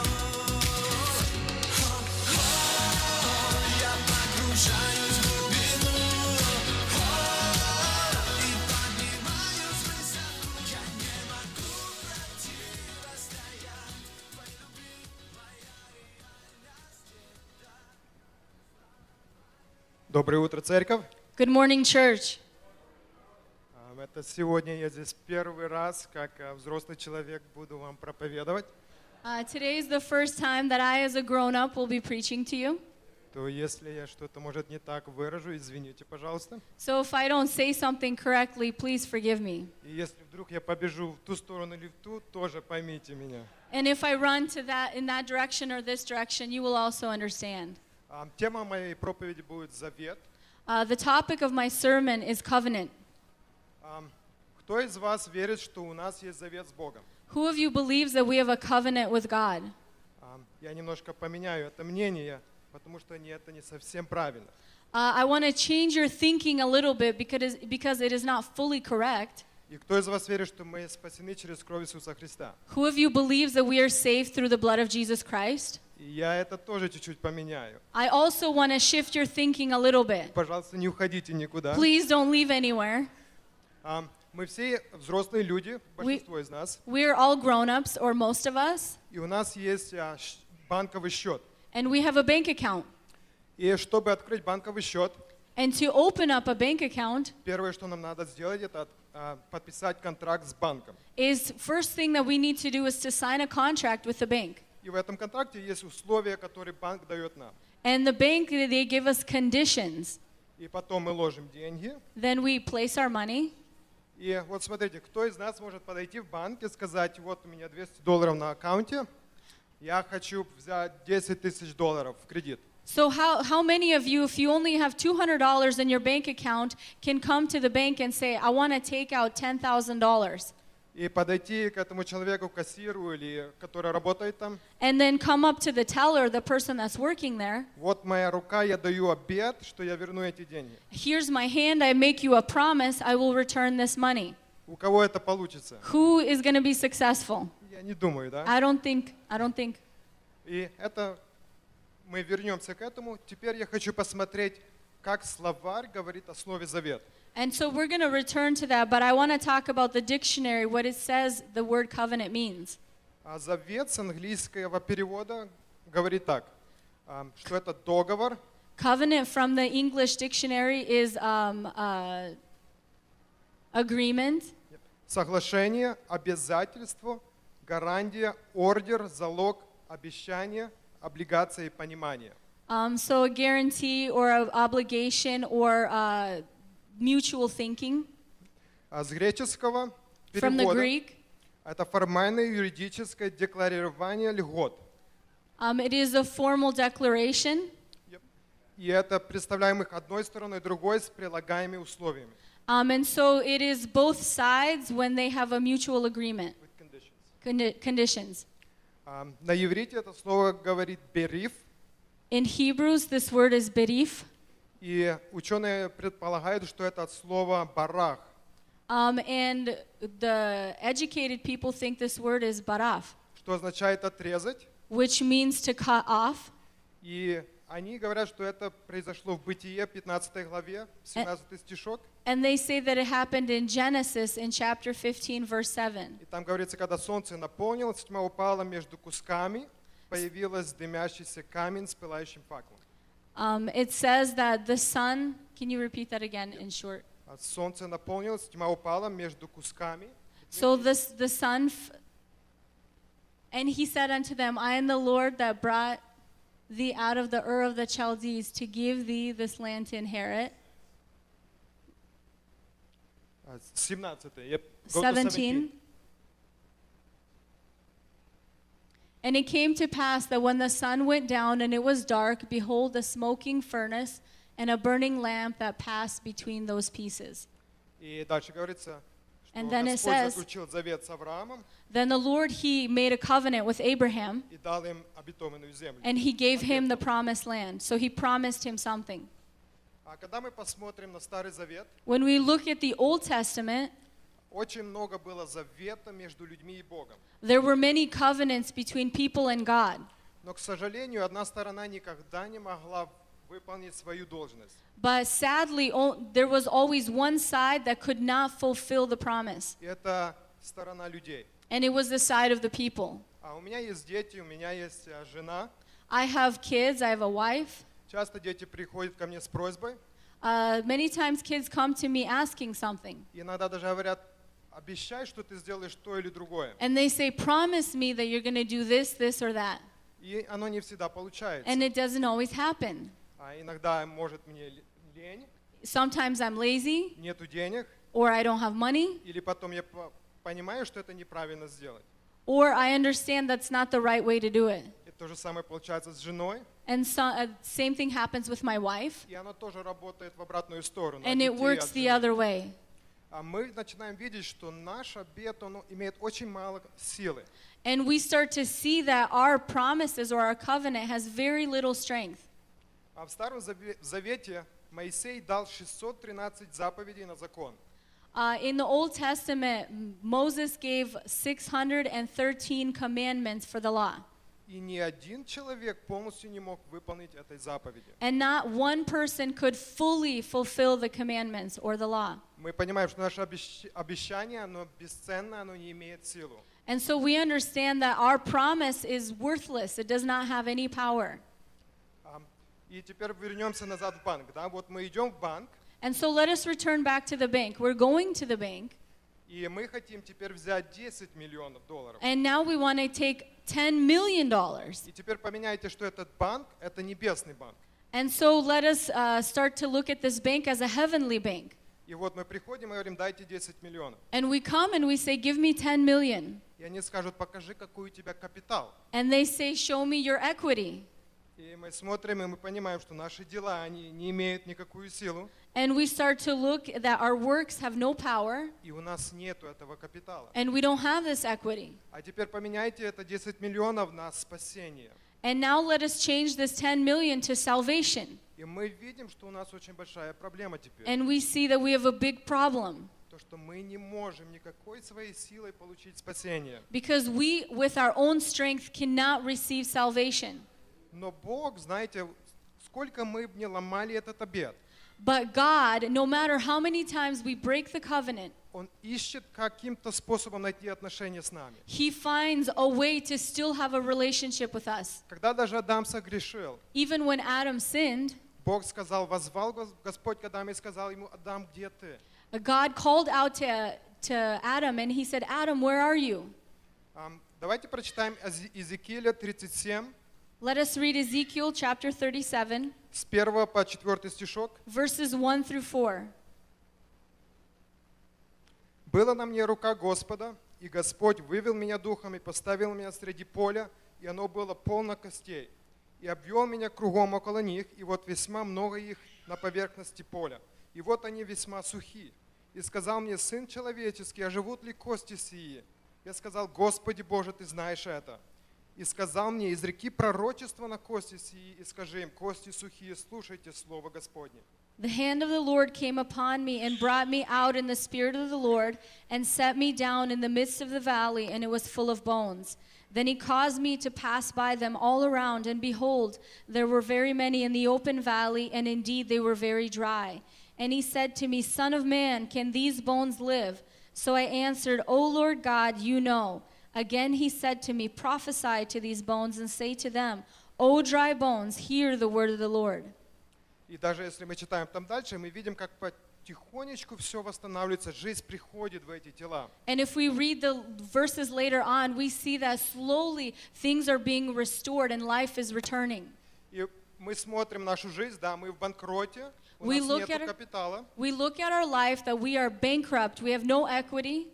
S7: Я погружаюсь в глубину И поднимаюсь высоко Я не могу пройти расстояние
S8: Доброе утро, церковь.
S9: Good morning, church.
S8: Ам, Это сегодня я здесь первый раз, как а, взрослый человек, буду вам проповедовать.
S9: Uh, today is the first time that I, as a grown up, will be preaching to you.
S8: То если я что-то, может, не так выражу, извините, пожалуйста.
S9: So if I don't say something correctly, please forgive me.
S8: И если вдруг я побежу в ту сторону или в ту, тоже поймите меня.
S9: And if I run to that in that direction or this direction, you will also understand.
S8: Ам, Тема моей проповеди будет «Завет».
S9: Uh, the topic of my sermon is covenant.
S8: Ам, Кто из вас верит, что у нас есть завет с Богом?
S9: Who of you believes that we have a covenant with God?
S8: Ам, Я немножко поменяю это мнение, потому что не- это не совсем правильно.
S9: Uh, I want to change your thinking a little bit because because it is not fully correct.
S8: И кто из вас верит, что мы спасены через кровь Иисуса Христа?
S9: Who of you believes that we are saved through the blood of Jesus Christ?
S8: И я это тоже чуть-чуть поменяю.
S9: I also want to shift your thinking a little bit.
S8: Пожалуйста, не уходите никуда.
S9: Please don't leave anywhere.
S8: А, Мы все взрослые люди, большинство из нас,
S9: We're all grown-ups or most of us,
S8: и у нас есть а, щ- банковый счет.
S9: and we have a bank account.
S8: И чтобы открыть банковый счет,
S9: And to open up a bank account
S8: первое, что нам надо сделать, это от- а, подписать контракт с банком.
S9: is first thing that we need to do is to sign a contract with the bank.
S8: И в этом контракте есть условия, которые банк дает нам.
S9: And the bank they give us conditions.
S8: И потом мы ложим деньги.
S9: Then we place our money.
S8: И вот смотрите, кто из нас может подойти в банк и сказать, вот у меня 200 долларов на аккаунте, я хочу взять 10 тысяч долларов в кредит.
S9: So how, how many of you, if you only have $200 in your bank account, can come to the bank and say, I want to take out $10,000?
S8: И подойти к этому человеку, кассиру или который работает там,
S9: And then come up to the teller, the person that's working there.
S8: Вот моя рука, я даю обед, что я верну эти деньги.
S9: Here's my hand. I make you a promise. I will return this money.
S8: У кого это получится?
S9: Who is going to be successful?
S8: Я не думаю, да?
S9: I don't think. I don't think.
S8: И это мы вернемся к этому. Теперь я хочу посмотреть, как словарь говорит о слове завет.
S9: And so we're going to return to that, but I want to talk about the dictionary, what it says the word covenant means.
S8: А завет с английского перевода говорит так, ам, что это договор,
S9: Covenant from the English dictionary is um, uh, agreement,
S8: соглашение, обязательство, гарантия, ордер, залог, обещание, облигация и понимание.
S9: um, so a guarantee or a obligation or uh, mutual thinking.
S8: А с греческого
S9: From the
S8: перевода
S9: Greek,
S8: Это формальное юридическое декларирование льгот.
S9: um, it is a formal declaration.
S8: И это представляемых одной стороной, другой с прилагаемыми условиями.
S9: Um, and so it is both sides when they have a mutual agreement,
S8: With conditions.
S9: condi- conditions.
S8: А, На иврите это слово говорит бериф,
S9: In Hebrews, this word is berif.
S8: и ученые предполагают, что это от слова барах.
S9: Um, and the educated people think this word is baraf,
S8: что означает отрезать.
S9: which means to cut off.
S8: И они говорят, что это произошло в Бытие, 15
S9: Э.
S8: главе, 17 стишок.
S9: And they say that it happened in Genesis in chapter 15, verse 7.
S8: И там говорится, когда солнце наполнилось, тьма упала между кусками, появилась дымящийся камень с пылающим факелом.
S9: Um, it says that the sun, can you repeat that again in short?
S8: А Солнце наполнилось, тьма упала между кусками.
S9: So this, the sun, f- and he said unto them, I am the Lord that brought thee out of the Ur of the Chaldees to give thee this land to inherit.
S8: А, 17. Yep, go to
S9: 17. And it came to pass that when the sun went down and it was dark, behold, a smoking furnace and a burning lamp that passed between those pieces.
S8: И дальше говорится, что
S9: And then it
S8: Господь
S9: says-
S8: заключил завет с Авраамом
S9: Then the Lord, he made a covenant with Abraham
S8: и дал им обетованную землю.
S9: and he gave him the promised land. So he promised him something.
S8: А когда мы посмотрим на Старый Завет,
S9: When we look at the Old Testament,
S8: очень много было завета между людьми и Богом.
S9: there were many covenants between people and God.
S8: Но, к сожалению, одна сторона никогда не могла выполнить свою должность.
S9: But sadly, o- there was always one side that could not fulfill the promise.
S8: И это сторона людей.
S9: and it was the side of the people.
S8: А у меня есть дети, у меня есть э, жена.
S9: I have kids, I have a wife.
S8: Часто дети приходят ко мне с просьбой,
S9: Uh, many times kids come to me asking something,
S8: иногда даже говорят, обещай, что ты сделаешь то или другое.
S9: and they say, Promise me that you're going to do this, this, or that.
S8: И оно не всегда получается.
S9: And it doesn't always happen.
S8: А иногда, может, мне л- лень,
S9: Sometimes I'm lazy,
S8: нету денег,
S9: or I don't have money,
S8: или потом я по- понимаю, что это неправильно сделать.
S9: or I understand that's not the right way to do it.
S8: И то же самое получается с женой,
S9: And so, uh, same thing happens with my wife,
S8: и оно тоже работает в обратную сторону. от
S9: and it
S8: детей,
S9: works
S8: от
S9: the
S8: жены.
S9: other way.
S8: А мы начинаем видеть, что наш обет, он имеет очень мало силы.
S9: And we start to see that our promises or our covenant has very little strength.
S8: А в Старом Заве- Завете Моисей дал 613 заповедей на закон.
S9: Uh, in the Old Testament, M- Moses gave 613 commandments for the law,
S8: И ни один человек полностью не мог выполнить этой заповеди.
S9: and not one person could fully fulfill the commandments or the law.
S8: Мы понимаем, что наше обещ- обещание, оно бесценно, оно не имеет силу.
S9: And so we understand that our promise is worthless, it does not have any power.
S8: А, И теперь вернемся назад в банк. Да? Вот мы идем в банк,
S9: And so let us return back to the bank. We're going to the bank,
S8: и мы хотим теперь взять 10 миллионов долларов.
S9: and now we want to take $10 million.
S8: И теперь поменяйте, что этот банк – это небесный банк.
S9: And so let us uh, start to look at this bank as a heavenly bank.
S8: И вот мы приходим и говорим, дайте 10 миллионов.
S9: And we come and we say, Give me 10 million.
S8: И они скажут, покажи, какой у тебя капитал.
S9: And they say, Show me your equity.
S8: И мы смотрим, и мы понимаем, что наши дела, они не имеют никакую силу,
S9: And we start to look that our works have no power
S8: и у нас нету этого капитала.
S9: and we don't have this equity.
S8: А теперь поменяйте это 10 миллионов на спасение.
S9: And now let us change this 10 million to salvation.
S8: И мы видим, что у нас очень большая проблема теперь.
S9: And we see that we have a big problem
S8: То, что мы не можем никакой своей силой получить спасение.
S9: because we, with our own strength, cannot receive salvation.
S8: Но Бог, знаете, сколько мы бы не ломали этот обед,
S9: But God, no matter how many times we break the covenant,
S8: Он ищет каким-то способом найти отношения с нами.
S9: He finds a way to still have a relationship with us.
S8: Когда даже Адам согрешил,
S9: Even when Adam sinned,
S8: Бог сказал, возвал Гос- Господь к Адаму и сказал ему, Адам, где ты?
S9: God called out to, to Adam and he said, Adam, where are you?
S8: Ам, Давайте прочитаем Ез- Иезекииля 37,
S9: Let us read Ezekiel chapter 37,
S8: с 1 по 4 стишок.
S9: verses 1 through 4.
S8: «Была на мне рука Господа, и Господь вывел меня духом и поставил меня среди поля, и оно было полно костей, и обвел меня кругом около них, и вот весьма много их на поверхности поля, и вот они весьма сухи. И сказал мне, Сын человеческий, а живут ли кости сии? Я сказал, Господи Боже, Ты знаешь это. И сказал мне, из реки пророчества на кости сии, и скажи им, кости сухие, слушайте слово Господне.
S9: The hand of the Lord came upon me and brought me out in the spirit of the Lord and set me down in the midst of the valley, and it was full of bones. Then he caused me to pass by them all around, and behold, there were very many in the open valley, and indeed they were very dry. And he said to me, Son of man, can these bones live? So I answered, O Lord God, you know. Again he said to me, Prophesy to these bones and say to them, O dry bones, hear the word of the Lord.
S8: И даже если мы читаем там дальше, мы видим, как потихонечку все восстанавливается, жизнь приходит в эти тела.
S9: And if we read the verses later on, we see that slowly things are being restored and life is returning.
S8: И мы смотрим нашу жизнь, да, мы в банкроте, у
S9: We
S8: нас
S9: look at
S8: нет
S9: it-
S8: капитала,
S9: We look at our life that we are bankrupt, we have no equity,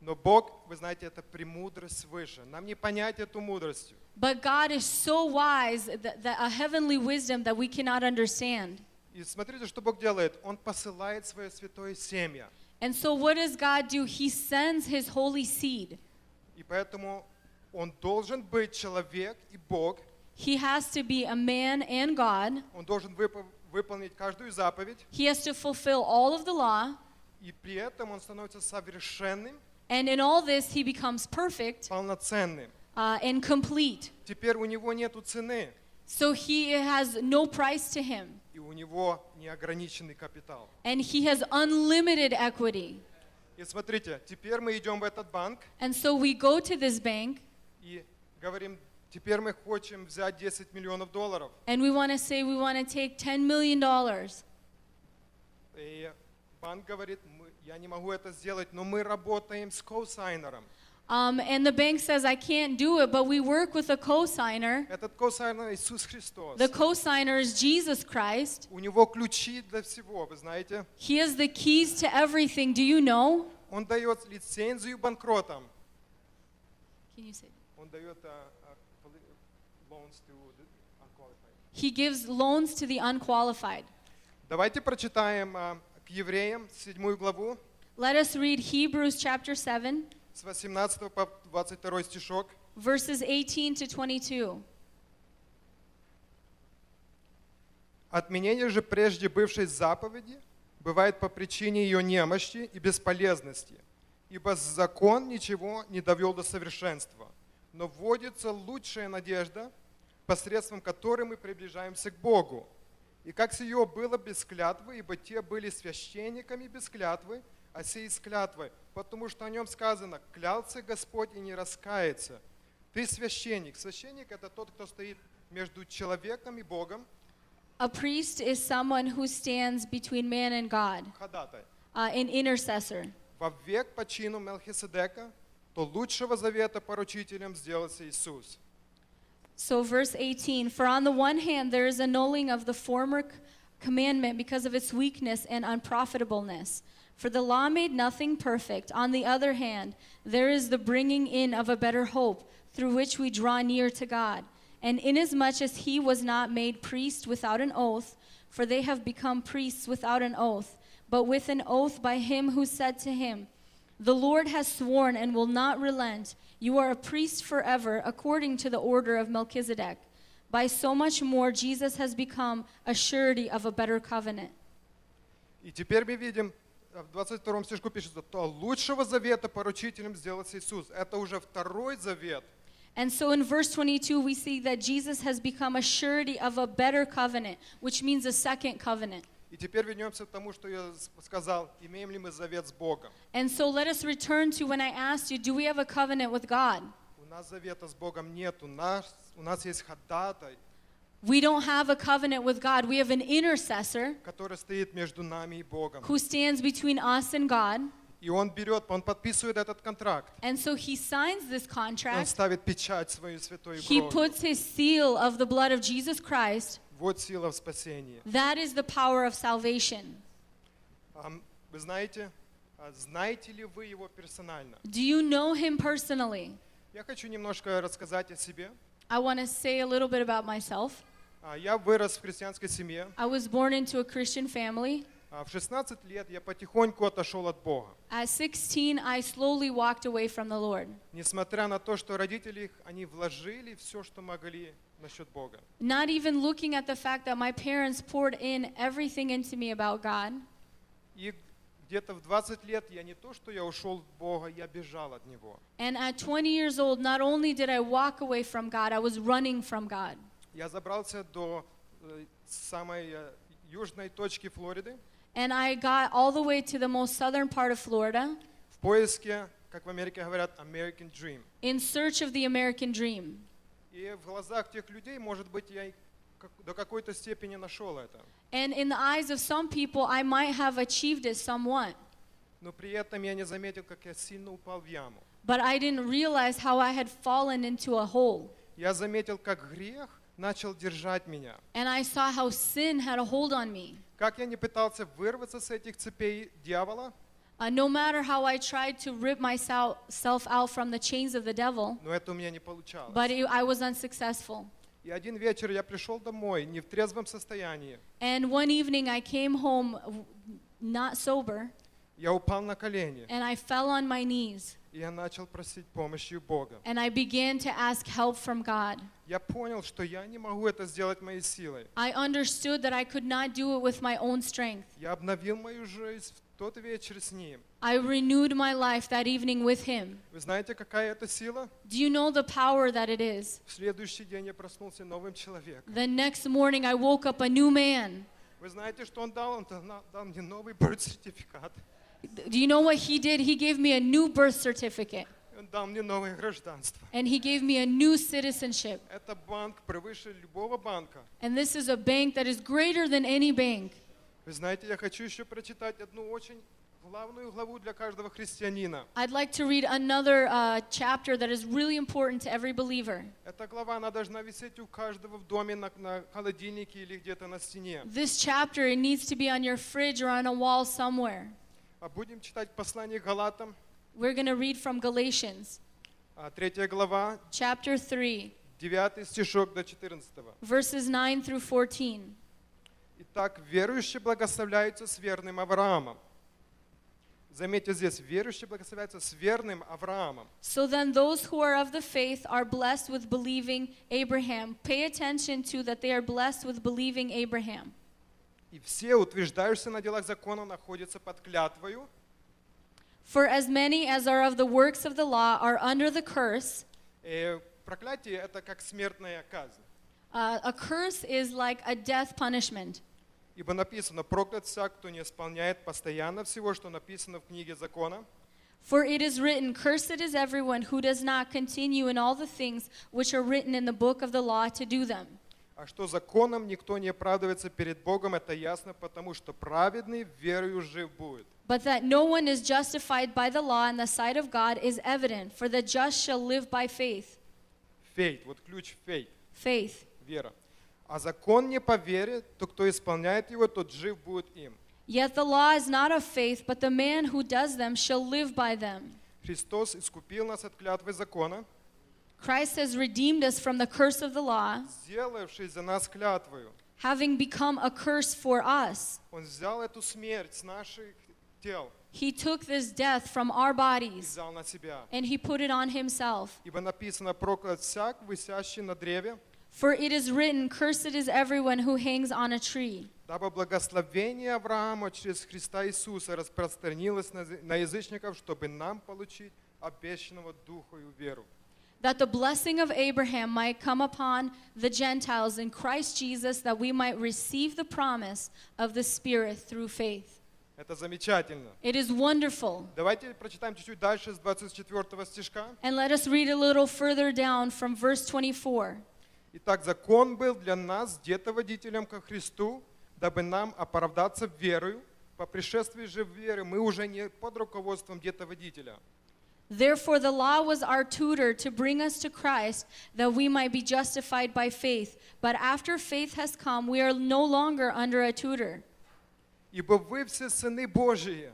S8: но Бог, вы знаете, это премудрость свыше. Нам не понять эту мудрость.
S9: but God is so wise that, that a heavenly wisdom that we cannot understand.
S8: И смотрите, что Бог делает. Он посылает свое святое семя.
S9: And so, what does God do? He sends His holy seed.
S8: И поэтому он должен быть человек и Бог.
S9: He has to be a man and God.
S8: Он должен выпо- выполнить каждую заповедь.
S9: He has to fulfill all of the law.
S8: И при этом он становится совершенным,
S9: And in all this, He becomes perfect
S8: полноценным.
S9: uh, and complete.
S8: Теперь у него нет цены,
S9: So he has no price to him,
S8: и у него неограниченный капитал.
S9: and he has unlimited equity.
S8: И смотрите, теперь мы идем в этот банк
S9: And so we go to this bank
S8: и говорим, теперь мы хотим взять 10 миллионов долларов.
S9: and we want to say we want to take $10 million.
S8: И банк говорит, «Мы- я не могу это сделать, но мы работаем с коусайнером.
S9: Um, and the bank says, I can't do it, but we work with a cosigner.
S8: Этот коусайнер Иисус Христос.
S9: The cosigner is Jesus Christ.
S8: У него ключи для всего, вы знаете.
S9: He has the keys to everything. Do you know?
S8: Он дает лицензию банкротам.
S9: Can you say?
S8: Он дает а, а, поли- loans to the unqualified.
S9: He gives loans to the unqualified.
S8: Давайте прочитаем а, к евреям 7 главу
S9: Let us read Hebrews chapter 7,
S8: с 18 по 22 стишок.
S9: verses 18 to 22.
S8: Отменение же прежде бывшей заповеди бывает по причине ее немощи и бесполезности, ибо закон ничего не довел до совершенства, но вводится лучшая надежда, посредством которой мы приближаемся к Богу. И как с ее было без клятвы, ибо те были священниками без клятвы, а сей с клятвы, потому что о нем сказано, клялся Господь и не раскается. Ты священник. Священник – это тот, кто стоит между человеком и Богом,
S9: A priest is someone who stands between man and God,
S8: ходатай.
S9: uh, an intercessor.
S8: Во век по чину Мелхиседека, то лучшего завета поручителем сделался Иисус.
S9: So, verse 18 For on the one hand, there is annulling of the former c- commandment because of its weakness and unprofitableness. For the law made nothing perfect. On the other hand, there is the bringing in of a better hope through which we draw near to God. And inasmuch as he was not made priest without an oath, for they have become priests without an oath, but with an oath by him who said to him, The Lord has sworn and will not relent. You are a priest forever, according to the order of Melchizedek. By so much more, Jesus has become a surety of a better covenant.
S8: И теперь мы видим, э, в 22 стишку пишется, то лучшего завета поручителем сделался Иисус. Это уже второй завет.
S9: And so in verse 22, we see that Jesus has become a surety of a better covenant, which means a second covenant.
S8: И теперь вернемся к тому, что я с- сказал, имеем ли мы завет с Богом.
S9: And so let us return to when I asked you, do we have a covenant with God?
S8: У нас завета с Богом нет, у нас, у нас есть ходатай,
S9: We don't have a covenant with God. We have an intercessor
S8: который стоит между нами и Богом.
S9: who stands between us and God.
S8: И он берет, он подписывает этот контракт.
S9: And so he signs this
S8: И Он
S9: contract.
S8: ставит печать свою святой
S9: He
S8: кровью.
S9: puts his seal of the blood of Jesus Christ.
S8: Вот сила в спасении.
S9: That is the power of salvation.
S8: Ам, А, Вы знаете, а, знаете ли вы его персонально?
S9: Do you know him personally?
S8: Я хочу немножко рассказать о себе.
S9: I want to say a little bit about myself.
S8: А, Я вырос в христианской семье.
S9: I was born into a Christian family.
S8: А, В 16 лет я потихоньку отошел от Бога.
S9: At 16, I slowly walked away from the Lord.
S8: Несмотря на то, что родители, их, они вложили все, что могли насчет Бога.
S9: Not even looking at the fact that my parents poured in everything into me about God.
S8: И где-то в 20 лет я не то, что я ушел от Бога, я бежал от Него.
S9: And at 20 years old, not only did I walk away from God, I was running from God.
S8: Я забрался до э, самой э, южной точки Флориды
S9: And I got all the way to the most southern part of Florida
S8: в поиске, как в Америке говорят, American Dream.
S9: in search of the American dream.
S8: И в глазах тех людей, может быть, я и как- до какой-то степени нашел это.
S9: And in the eyes of some people, I might have achieved it somewhat,
S8: Но при этом я не заметил, как я сильно упал в яму.
S9: but I didn't realize how I had fallen into a hole.
S8: Я заметил, как грех начал держать меня.
S9: And I saw how sin had a hold on me.
S8: Как я не пытался вырваться с этих цепей дьявола,
S9: Uh, no matter how I tried to rip myself out from the chains of the devil,
S8: но это у меня не получалось.
S9: but it, I was unsuccessful.
S8: И один вечер я пришел домой не в трезвом состоянии.
S9: And one evening I came home w- not sober
S8: Я упал на колени,
S9: and I fell on my knees
S8: и я начал просить помощи у Бога.
S9: and I began to ask help from God.
S8: Я понял, что я не могу это сделать моей силой.
S9: I understood that I could not do it with my own strength.
S8: Я обновил мою жизнь в тот вечер с Ним.
S9: I renewed my life that evening with Him.
S8: Вы знаете, какая это сила?
S9: Do you know the power that it is?
S8: В следующий день я проснулся новым человеком.
S9: The next morning I woke up a new man.
S8: Вы знаете, что он дал? Он дал, дал мне новый сертификат.
S9: Th- Do you know what he did? He gave me a new birth certificate
S8: Он дал мне новое гражданство.
S9: and he gave me a new citizenship.
S8: Это банк превыше любого банка.
S9: And this is a bank that is greater than any bank.
S8: Вы знаете, я хочу еще прочитать одну очень главную главу для каждого христианина.
S9: I'd like to read another uh, chapter that is really important to every believer.
S8: Эта глава, она должна висеть у каждого в доме на, на холодильнике или где-то на стене.
S9: This chapter, it needs to be on your fridge or on a wall somewhere.
S8: А будем читать послание Галатам,
S9: We're going to read from Galatians
S8: а, 3 глава,
S9: chapter 3,
S8: 9 стишок до 14.
S9: verses 9 through 14.
S8: Итак, верующие благословляются с верным Авраамом. Заметьте здесь, верующие благословляются с верным Авраамом.
S9: So then, those who are of the faith are blessed with believing Abraham. Pay attention to that they are blessed with believing Abraham.
S8: И все, утверждающиеся на делах закона, находятся под клятвою,
S9: For as many as are of the works of the law are under the curse.
S8: Э, Проклятие – это как смертная казнь.
S9: Uh, a curse is like a death punishment.
S8: Ибо написано, проклят всяк, кто не исполняет постоянно всего, что написано в книге закона.
S9: For it is written, Cursed is everyone who does not continue in all the things which are written in the book of the law to do them.
S8: А что законом никто не оправдывается перед Богом, это ясно, потому что праведный верою жив будет.
S9: But that no one is justified by the law in the sight of God is evident, for the just shall live by faith.
S8: Фейт, вот ключ фейт,
S9: Faith.
S8: вера. А закон не по вере, то кто исполняет его, тот жив будет им.
S9: Yet the law is not of faith, but the man who does them shall live by them.
S8: Христос искупил нас от клятвы закона,
S9: Christ has redeemed us from the curse of the law,
S8: сделавший за нас клятвою.
S9: having become a curse for us.
S8: Он взял эту смерть с наших тел
S9: He took this death from our
S8: и
S9: bodies,
S8: взял на себя.
S9: and he put it on himself.
S8: Ибо написано, проклят всяк, висящий на древе,
S9: For it is written, Cursed is everyone who hangs on a tree.
S8: дабы благословение Авраама через Христа Иисуса распространилось на язы- на язычников, чтобы нам получить обещанного Духа и веру.
S9: That the blessing of Abraham might come upon the Gentiles in Christ Jesus, that we might receive the promise of the Spirit through faith.
S8: Это замечательно.
S9: It is wonderful.
S8: Давайте прочитаем чуть-чуть дальше с 24 стишка.
S9: And let us read a little further down from verse 24.
S8: Итак, закон был для нас детоводителем ко Христу, дабы нам оправдаться верою. По пришествии же веры мы уже не под руководством детоводителя,
S9: Therefore, the law was our tutor to bring us to Christ, that we might be justified by faith. But after faith has come, we are no longer under a tutor.
S8: ибо вы все сыны Божии.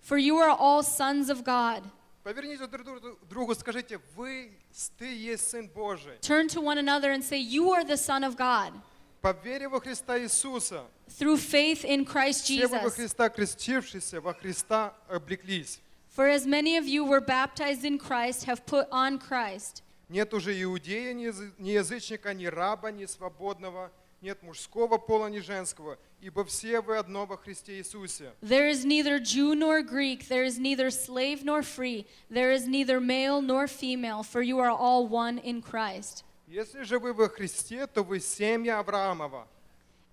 S9: For you are all sons of God.
S8: Поверните друг другу, другу, скажите, вы, с- ты есть Сын Божий.
S9: Turn to one another and say, You are the Son of God.
S8: По вере во Христа Иисуса,
S9: Through faith in Christ
S8: все вы во
S9: Jesus.
S8: Христа крестившиеся, во Христа облеклись.
S9: For as many of you were baptized in Christ, have put on Christ.
S8: Нет уже иудея, ни язы- ни язычника, ни раба, ни свободного, нет мужского пола, ни женского, ибо все вы одно во Христе Иисусе.
S9: There is neither Jew nor Greek, there is neither slave nor free, there is neither male nor female, for you are all one in Christ.
S8: Если же вы во Христе, то вы семья Авраамова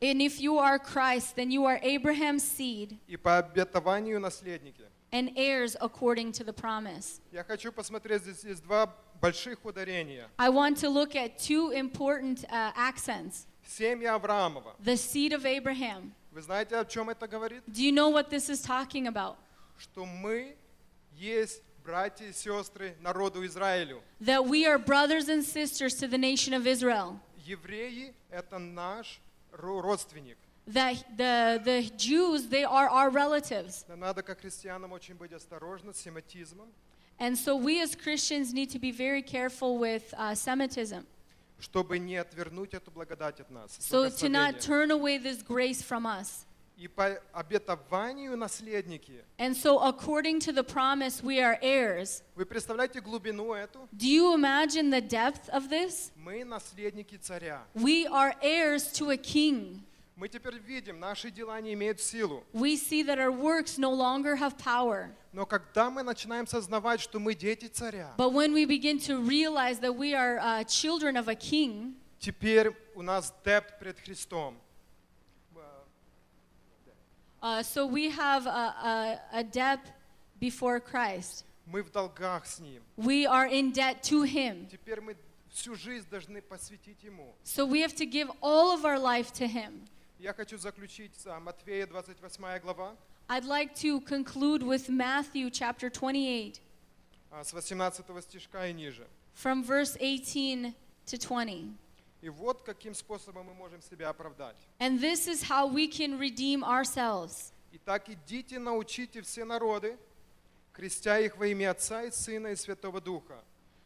S9: And if you are Christ, then you are Abraham's seed
S8: и по обетованию наследники.
S9: and heirs according to the promise.
S8: Я хочу посмотреть, здесь есть два больших ударения.
S9: I want to look at two important uh, accents
S8: Семья Авраамова.
S9: the seed of Abraham.
S8: Вы знаете, о чем это говорит?
S9: Do you know what this is talking about?
S8: Что мы есть братья и сестры народу Израилю.
S9: That we are brothers and sisters to the nation of Israel.
S8: Евреи – это наш ро- родственник.
S9: That the, the Jews, they are our relatives.
S8: Но надо, как христианам, очень быть осторожны с семитизмом,
S9: And so we as Christians need to be very careful with uh, Semitism.
S8: чтобы не отвернуть эту благодать от нас.
S9: So to not
S8: благословение.
S9: turn away this grace from us.
S8: И по обетованию наследники.
S9: And so according to the promise, we are heirs.
S8: Вы представляете глубину эту?
S9: Do you imagine the depth of this?
S8: Мы наследники царя.
S9: We are heirs to a king.
S8: Мы теперь видим, наши дела не имеют силу.
S9: We see that our works no longer have power.
S8: Но когда мы начинаем сознавать, что мы дети царя,
S9: But when we begin to realize that we are uh, children of a king,
S8: теперь у нас депт пред Христом.
S9: uh, so we have a, a, a debt before Christ.
S8: Мы в долгах с Ним.
S9: We are in debt to him.
S8: Теперь мы всю жизнь должны посвятить Ему.
S9: So we have to give all of our life to him.
S8: Я хочу заключить с а, Матфея 28 глава,
S9: I'd like to conclude with Matthew chapter 28,
S8: а, с 18 стишка и ниже.
S9: from verse 18 to 20.
S8: И вот каким способом мы можем себя оправдать.
S9: And this is how we can redeem ourselves.
S8: Итак, идите, научите все народы, крестя их во имя Отца и Сына и Святого Духа,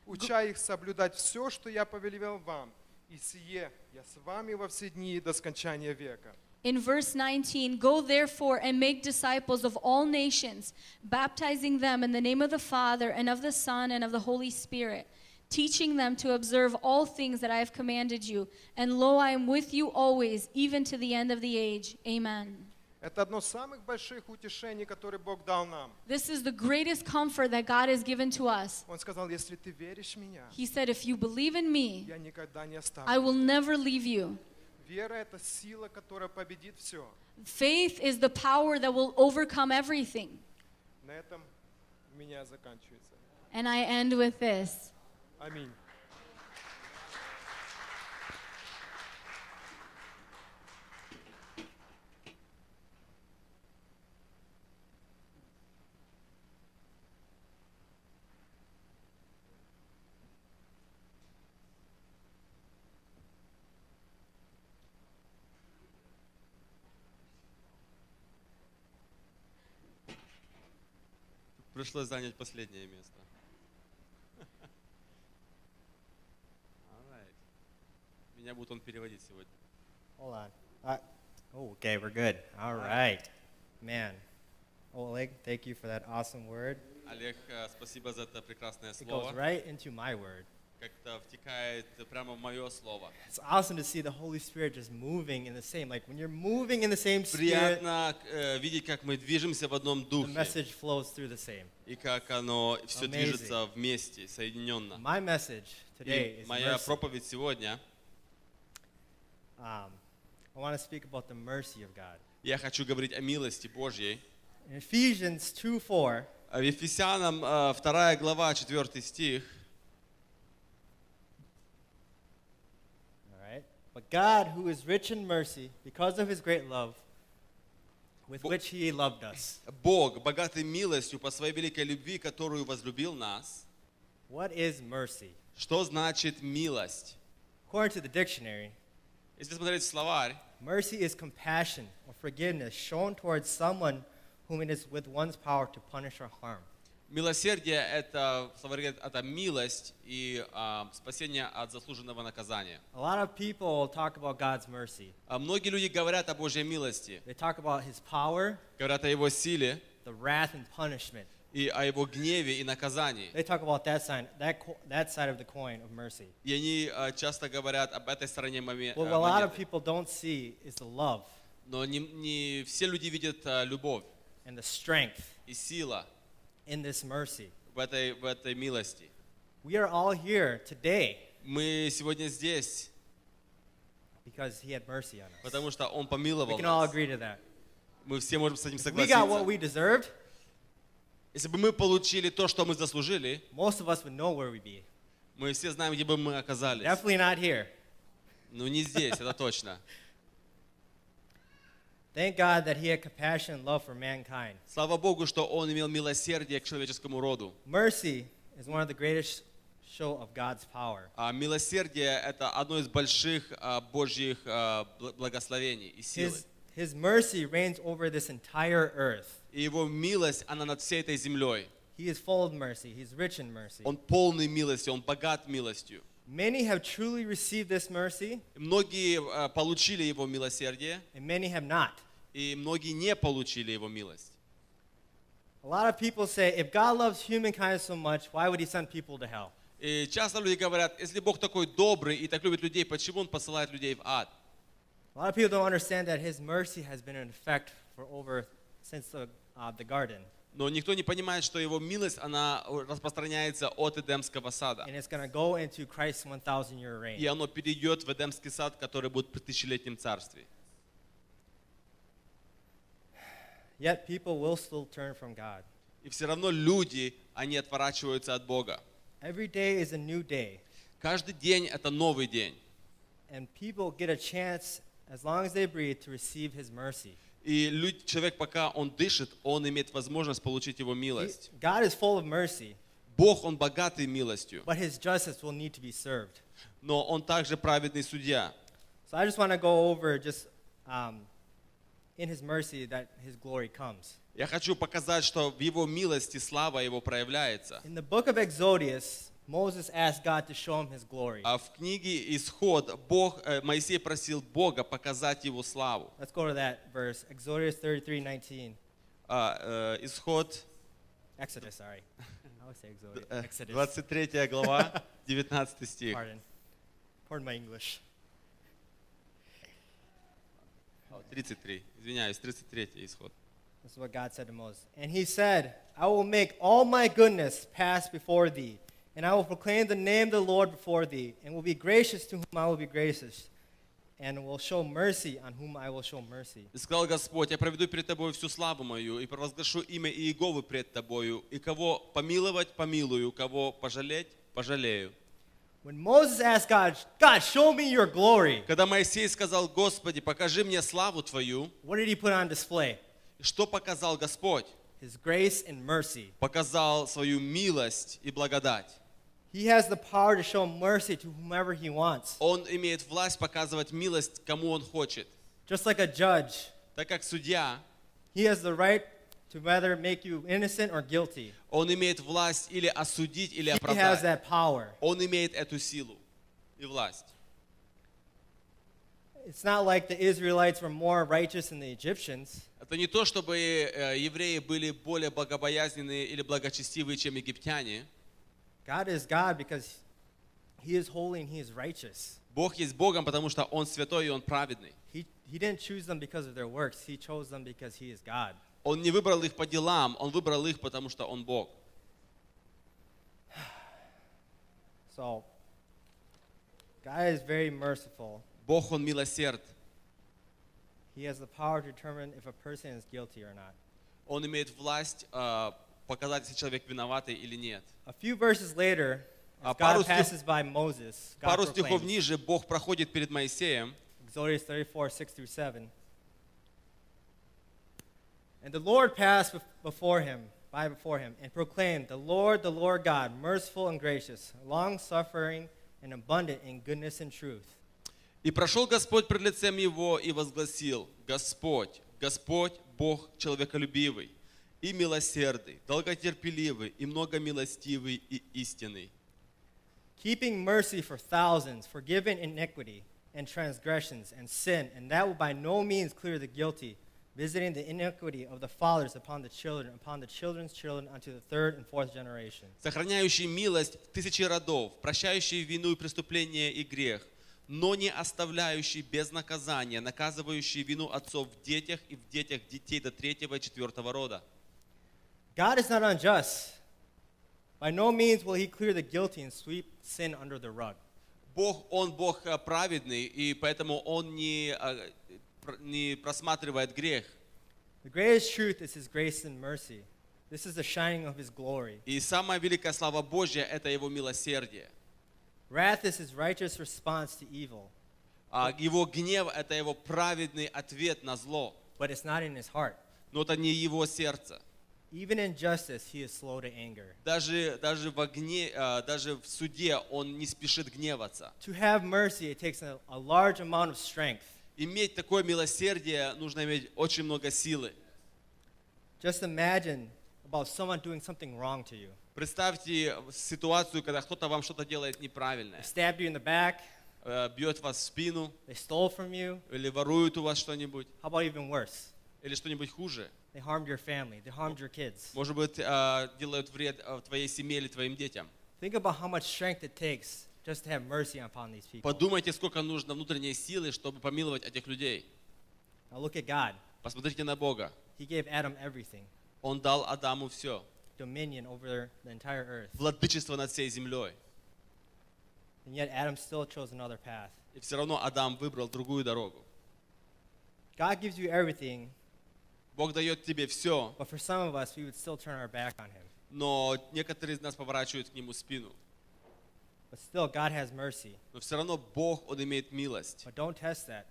S8: уча их соблюдать все, что я повелевал вам, и сие я с вами во все дни и до скончания века.
S9: In verse 19, go therefore and make disciples of all nations, baptizing them in the name of the Father and of the Son and of the Holy Spirit, teaching them to observe all things that I have commanded you. And lo, I am with you always, even to the end of the age. Amen.
S8: Это одно из самых больших утешений, которые Бог дал нам.
S9: This is the greatest comfort that God has given to us.
S8: Он сказал, если ты веришь в меня,
S9: He said, If you believe in me,
S8: я никогда не оставлю.
S9: I will never leave you.
S8: Вера — это сила, которая победит все.
S9: Faith is the power that will overcome everything.
S8: На этом у меня заканчивается.
S9: And I end with this.
S8: Аминь.
S2: Пришлось занять последнее место. Alright. Меня будет он переводить сегодня.
S10: Hold on. Uh, oh, okay, we're good. All right. Man, Oleg, thank you for that awesome word.
S2: Олег, э, спасибо за это прекрасное
S10: It goes
S2: слово.
S10: right into my word.
S2: Как-то втекает прямо в мое слово.
S10: It's awesome to see the Holy Spirit just moving in the same, like when you're moving in the same spirit,
S2: Приятно э, видеть, как мы движемся в одном
S10: the
S2: духе.
S10: message flows through the same.
S2: И как оно все
S10: Amazing.
S2: движется вместе, соединенно.
S10: My message today
S2: И
S10: is
S2: моя
S10: mercy.
S2: проповедь сегодня,
S10: Um, I want to speak about the mercy of God.
S2: я хочу говорить о милости Божьей.
S10: In Ephesians 2 4,
S2: А В Ефесянам 2 глава, 4 стих.
S10: All right. But God, who is rich in mercy, because of his great love, with
S2: Bo-
S10: which he loved us.
S2: Бог, богатый милостью по своей великой любви, которую возлюбил нас.
S10: What is mercy?
S2: Что значит милость?
S10: According to the dictionary,
S2: Если смотреть в словарь,
S10: mercy is compassion or forgiveness shown towards someone whom it is with one's power to punish or harm.
S2: милосердие это, в словаре говорит, это милость и а, спасение от заслуженного наказания.
S10: A lot of people talk about God's mercy.
S2: А многие люди говорят о Божьей милости,
S10: They talk about his power,
S2: говорят о Его силе,
S10: the wrath and punishment.
S2: и о его гневе и наказании.
S10: They talk about that sign, that co- that side of the coin of mercy.
S2: И они э, часто говорят об этой стороне моме-
S10: What
S2: э,
S10: a lot of
S2: монеты.
S10: people don't see is the love
S2: Но не, не все люди видят э, любовь
S10: and the strength
S2: и сила
S10: in this mercy.
S2: в этой, в этой милости.
S10: We are all here today
S2: Мы сегодня здесь,
S10: because He had mercy on us.
S2: потому что Он
S10: We
S2: помиловал
S10: can all
S2: нас.
S10: agree to that.
S2: Мы все можем с этим
S10: If we got what
S2: согласиться.
S10: we deserved,
S2: Если бы мы получили то, что мы заслужили,
S10: most of us would know where we'd be.
S2: мы все знаем, где бы мы оказались.
S10: Definitely not here.
S2: Но не здесь, это точно.
S10: Thank God that He had compassion and love for mankind.
S2: Слава Богу, что Он имел милосердие к человеческому роду.
S10: Mercy is one of the greatest show of God's power.
S2: А милосердие — это одно из больших а, Божьих а, бл- благословений и силы.
S10: His, his mercy reigns over this entire earth.
S2: И Его милость, она над всей этой землей.
S10: He is full of mercy. He's rich in mercy.
S2: Он полный милостью, Он богат милостью.
S10: Many have truly received this mercy,
S2: Многие а, получили Его милосердие,
S10: and many have not.
S2: и многие не получили Его милость.
S10: A lot of people say, if God loves humankind so much, why would he send people to hell?
S2: И часто люди говорят, если Бог такой добрый и так любит людей, почему Он посылает людей в ад?
S10: A lot of people don't understand that his mercy has been in effect for over since the, uh, the garden,
S2: Но никто не понимает, что Его милость, она распространяется от Эдемского сада.
S10: and it's going to go into Christ's 1,000 year
S2: И
S10: reign.
S2: оно перейдет в Эдемский сад, который будет при тысячелетнем царстве.
S10: Yet people will still turn from God.
S2: И все равно люди, они отворачиваются от Бога.
S10: Every day is a new day,
S2: Каждый день это новый день.
S10: and people get a chance, as long as they breathe, to receive his mercy.
S2: И люд- человек, пока он дышит, он имеет возможность получить его
S10: He-
S2: милость.
S10: God is full of mercy,
S2: Бог, он богатый милостью,
S10: but his justice will need to be served.
S2: но он также праведный судья.
S10: So I just want to go over just um, in His mercy that His glory comes.
S2: Я хочу показать, что в его милости слава его проявляется.
S10: In the book of Exodus, Moses asked God to show him His glory.
S2: А в книге Исход Бог, э, Моисей просил Бога показать его славу.
S10: Let's go to that verse, Exodus 33:19.
S2: А, э, Исход
S10: Exodus, sorry. I always say Exodus.
S2: э,
S10: Exodus.
S2: 23 глава, 19 стих.
S10: Pardon. Pardon my English.
S2: О, 33, извиняюсь, 33 Исход.
S10: This is what God said to Moses. And he said, I will make all my goodness pass before thee, and I will proclaim the name of the Lord before thee, and will be gracious to whom I will be gracious, and will show mercy on whom I will show mercy.
S2: И сказал Господь, я проведу перед тобою всю славу мою и провозглашу имя Иеговы пред тобою, и кого помиловать, помилую, кого пожалеть, пожалею.
S10: When Moses asked God, God, show me your glory,
S2: Когда Моисей сказал, Господи, покажи мне славу Твою,
S10: what did he put on display?
S2: что показал Господь?
S10: His grace and mercy.
S2: Показал свою милость и благодать.
S10: He has the power to show mercy to whomever he wants.
S2: Он имеет власть показывать милость, кому он хочет.
S10: Just like a judge,
S2: Так как судья,
S10: he has the right to whether make you innocent or guilty.
S2: он имеет власть или осудить, или
S10: He has
S2: оправдать.
S10: that power.
S2: Он имеет эту силу и власть.
S10: It's not like the Israelites were more righteous than the Egyptians.
S2: Это не то, чтобы э, евреи были более богобоязненные или благочестивые, чем египтяне.
S10: God is God because he is holy and he is righteous.
S2: Бог есть Богом, потому что Он святой и Он праведный.
S10: He, he didn't choose them because of their works, he chose them because he is God.
S2: Он не выбрал их по делам, Он выбрал их, потому что Он Бог.
S10: So, God is very merciful.
S2: Бог, Он милосерд.
S10: He has the power to determine if a person is guilty or not.
S2: Он имеет власть э, показать, если человек виноватый или нет.
S10: A few verses later,
S2: А
S10: as
S2: пару
S10: God
S2: стих-
S10: passes by Moses, God
S2: Пару стихов
S10: proclaims,
S2: ниже Бог проходит перед Моисеем.
S10: Exodus 34, 6 through 7. And the Lord passed bef- before him, by before him, and proclaimed, The Lord, the Lord God, merciful and gracious, long suffering and abundant in goodness and truth.
S2: «И прошел Господь пред лицем его и возгласил, Господь, Господь, Бог человеколюбивый и милосердный, долготерпеливый и многомилостивый и истинный,
S10: keeping mercy for thousands, forgiving iniquity and transgressions and sin, and that will by no means clear the guilty, visiting the iniquity of the fathers upon the children, upon the children's children, unto the third and fourth generation.
S2: сохраняющий милость в тысячи родов, прощающий вину и преступление и грех, но не оставляющий без наказания, наказывающий вину отцов в детях и в детях детей до третьего и четвертого рода.
S10: God is not unjust. By no means will he clear the guilty and sweep sin under the rug.
S2: Бог, Он Бог э, праведный, и поэтому Он не, э, пр- не просматривает грех.
S10: The greatest truth is his grace and mercy. This is the shining of his glory.
S2: И самая великая слава Божья – это Его милосердие.
S10: Wrath is his righteous response to evil,
S2: А Его гнев – это Его праведный ответ на зло,
S10: but it's not in his heart.
S2: но это не Его сердце.
S10: Even in justice, he is slow to anger.
S2: Даже, даже, в огне, э, даже в суде Он не спешит гневаться.
S10: To have mercy, it takes a, a large amount of strength.
S2: Иметь такое милосердие нужно иметь очень много силы.
S10: Just imagine about someone doing something wrong to you.
S2: Представьте ситуацию, когда кто-то вам что-то делает неправильное.
S10: They stabbed you in the back,
S2: Э, Бьет вас в спину,
S10: they stole from you.
S2: или ворует у вас что-нибудь,
S10: How about even worse?
S2: или что-нибудь хуже.
S10: They harmed your family, they harmed your kids.
S2: Может быть, э, делают вред э, твоей семье или твоим детям.
S10: Think about how much strength it takes just to have mercy upon these people.
S2: Подумайте, сколько нужно внутренней силы, чтобы помиловать этих людей.
S10: Now look at God.
S2: Посмотрите на Бога.
S10: He gave Adam everything
S2: Он дал Адаму все.
S10: dominion over the entire earth.
S2: Владычество над всей землей.
S10: And yet Adam still chose another path.
S2: И все равно Адам выбрал другую дорогу.
S10: God gives you everything,
S2: Бог дает тебе все,
S10: but for some of us, we would still turn our back on Him.
S2: но некоторые из нас поворачивают к нему спину.
S10: But still, God has mercy.
S2: Но все равно Бог, Он имеет милость.
S10: But don't test that,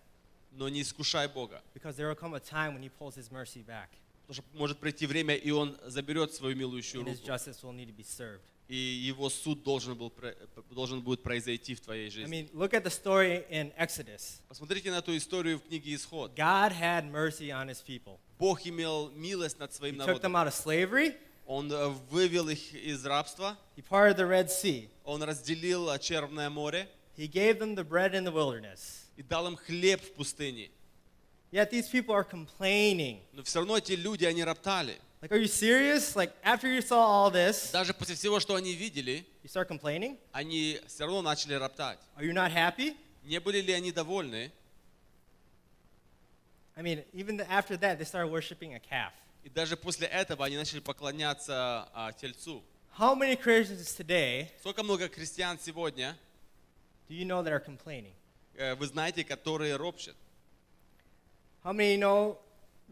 S2: Но не искушай Бога.
S10: because there will come a time when He pulls His mercy back,
S2: Потому что может прийти время, и Он заберет свою милующую
S10: and His
S2: руку.
S10: justice will need to be served.
S2: И Его суд должен, был, про- должен будет произойти в твоей
S10: I
S2: жизни.
S10: mean, look at the story in Exodus.
S2: Посмотрите на ту историю в книге Исход.
S10: God had mercy on His people.
S2: Бог имел милость над своим
S10: He took them
S2: народом.
S10: out of slavery.
S2: Он э, вывел их из рабства.
S10: He parted the Red Sea.
S2: Он разделил э, Черное море
S10: He gave them the bread in the wilderness.
S2: и дал им хлеб в пустыне.
S10: Yet these people are complaining.
S2: Но все равно эти люди, они роптали.
S10: Like, are you serious? Like, after you saw all this,
S2: Даже после всего, что они видели,
S10: you start complaining?
S2: они все равно начали роптать.
S10: Are you not happy?
S2: Не были ли они довольны?
S10: I mean, even the, after that, they started worshiping a calf.
S2: И даже после этого они начали поклоняться а, Тельцу.
S10: How many Christians today
S2: Сколько много крестьян сегодня,
S10: do you know that are complaining?
S2: э, вы знаете, которые ропщат?
S10: How many know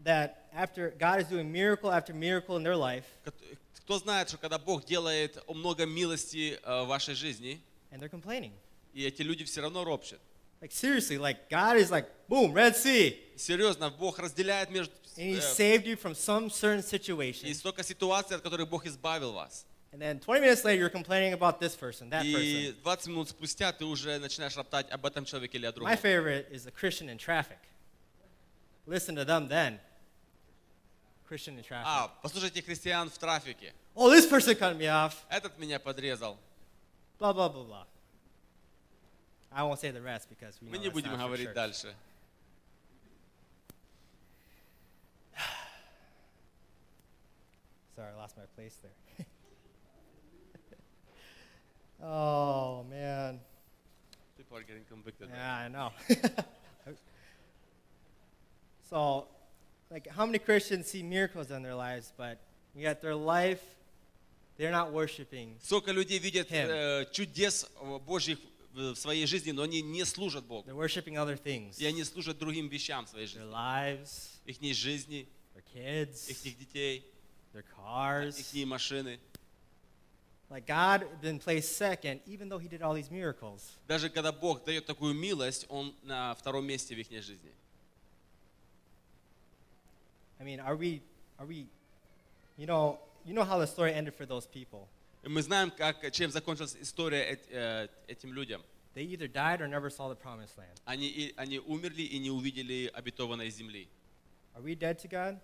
S10: that after God is doing miracle after miracle in their life,
S2: Кот- Кто знает, что когда Бог делает много милости э, в вашей жизни,
S10: and they're complaining?
S2: и эти люди все равно ропщат.
S10: Like, seriously, like, God is like, boom, Red Sea,
S2: Серьезно, Бог разделяет между...
S10: and He
S2: э,
S10: saved you from some certain situation.
S2: и столько ситуаций, от которых Бог избавил вас.
S10: And then 20 minutes later, you're complaining about this person, that
S2: И
S10: person.
S2: 20 минут спустя ты уже начинаешь роптать об этом человеке или о другом.
S10: My favorite is the Christian in traffic. Listen to them then. Christian in traffic.
S2: А, послушайте христиан в трафике.
S10: Oh, this person cut me off.
S2: Этот меня подрезал.
S10: Blah, blah, blah, blah. I won't say the rest because we
S2: Мы
S10: know
S2: не
S10: that's
S2: будем
S10: not for
S2: говорить
S10: church.
S2: дальше.
S10: Sorry, I lost my place there. oh, man.
S2: People are getting convicted.
S10: Yeah, I know. so, like, how many Christians see miracles in their lives, but yet their life, they're not worshiping?
S2: Сколько людей видят
S10: Him.
S2: э, чудес э, Божьих в в своей жизни, но они не служат Богу.
S10: They're worshiping other things.
S2: И они служат другим вещам в своей
S10: Their
S2: жизни.
S10: lives,
S2: Их жизни,
S10: their kids,
S2: их детей,
S10: their cars.
S2: их машины.
S10: Like, God then placed second, even though He did all these miracles.
S2: Даже когда Бог дает такую милость, Он на втором месте в их жизни.
S10: I mean, are we, are we, you know, you know how the story ended for those people.
S2: И мы знаем, как, чем закончилась история эт- э, этим людям.
S10: They either died or never saw the promised land.
S2: Они, и- они умерли и не увидели обетованной земли.
S10: Are we dead to God?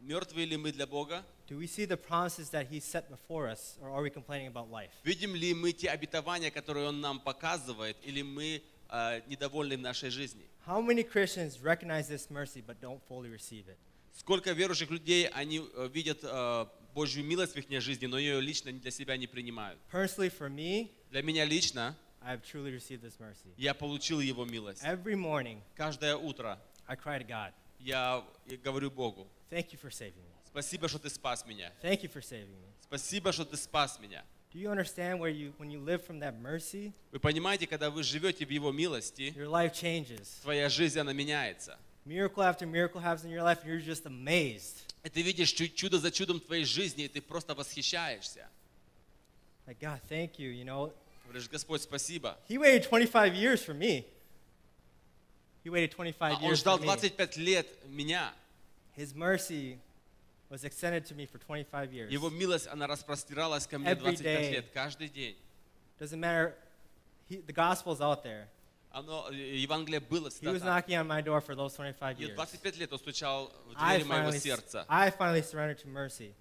S2: Мертвы ли мы для Бога?
S10: Do we see the promises that He set before us, or are we complaining about life?
S2: Видим ли мы те обетования, которые Он нам показывает, или мы э, недовольны в нашей жизни.
S10: How many Christians recognize this mercy but don't fully receive it?
S2: Сколько верующих людей, они э, видят э, Божью милость в их жизни, но ее лично для себя не принимают.
S10: Personally, for me,
S2: Для меня лично
S10: I have truly received this mercy.
S2: я получил Его милость.
S10: Every morning,
S2: Каждое утро
S10: I cry to God,
S2: я говорю Богу,
S10: Thank you for saving me.
S2: спасибо, что Ты спас меня.
S10: Thank you for saving me.
S2: Спасибо, что Ты спас меня.
S10: Do you understand where you, when you live from that mercy,
S2: Вы понимаете, когда вы живете в Его милости,
S10: your life changes?
S2: твоя жизнь, она меняется.
S10: Miracle after miracle happens in your life, and you're just amazed.
S2: И ты видишь чу- чудо за чудом твоей жизни, и ты просто восхищаешься.
S10: Like, God, thank you. You know,
S2: Говоришь, Господь, спасибо.
S10: He waited 25 years for me. He waited
S2: А
S10: 25
S2: Он
S10: years
S2: ждал
S10: for me.
S2: 25 лет меня.
S10: His mercy was extended to me for 25 years.
S2: Его милость, она распростиралась ко мне
S10: Every
S2: 25
S10: day.
S2: лет, каждый день.
S10: Doesn't matter. He, the gospel's out there.
S2: Оно, э, Евангелие было
S10: He
S2: всегда
S10: was
S2: так.
S10: knocking on my door for those 25
S2: И
S10: years.
S2: 25 лет он стучал в
S10: I
S2: двери моего
S10: finally,
S2: сердца.
S10: I finally surrendered to mercy.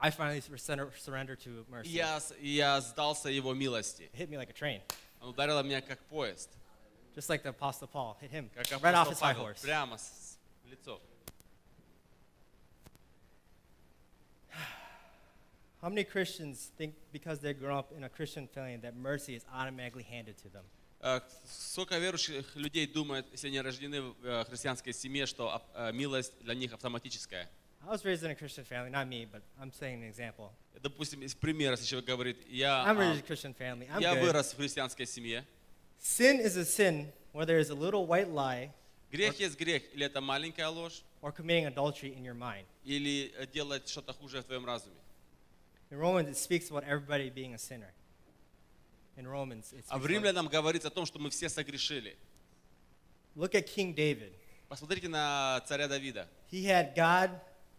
S10: I finally surrender, surrendered to
S2: И
S10: mercy.
S2: я, с- и я сдался его милости.
S10: It hit me like a train,
S2: Он ударил меня как поезд,
S10: just like the Apostle Paul hit him
S2: как
S10: right off
S2: апостол
S10: his high
S2: Павел,
S10: horse.
S2: прямо с- в лицо.
S10: How many Christians think because they grew up in a Christian family that mercy is automatically handed to them?
S2: Э, Сколько верующих людей думает, если они рождены в э, христианской семье, что ап- э, милость для них автоматическая?
S10: I was raised in a Christian family, not me, but I'm saying an example.
S2: Допустим, из примера, если человек говорит, я,
S10: I'm raised in a
S2: а,
S10: Christian family. I'm
S2: я
S10: good.
S2: вырос в христианской семье.
S10: Sin is a sin, whether it's a little white lie
S2: Грех есть грех, или это маленькая ложь,
S10: or committing adultery in your mind.
S2: или э, делать что-то хуже в твоем разуме.
S10: In Romans, it speaks about everybody being a sinner. In Romans, it's
S2: А в Римлянам говорится о том, что мы все согрешили.
S10: look at King David.
S2: Посмотрите на царя Давида.
S10: He had God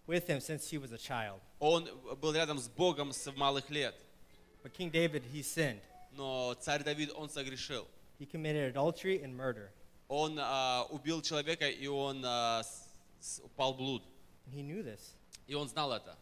S10: with him since he was a child.
S2: Он был рядом с Богом с малых лет.
S10: But King David, he sinned.
S2: Но царь Давид, он согрешил.
S10: He committed adultery and murder.
S2: Он а, убил человека, и он а, с- с- упал в блуд.
S10: And he knew this.
S2: И он знал это.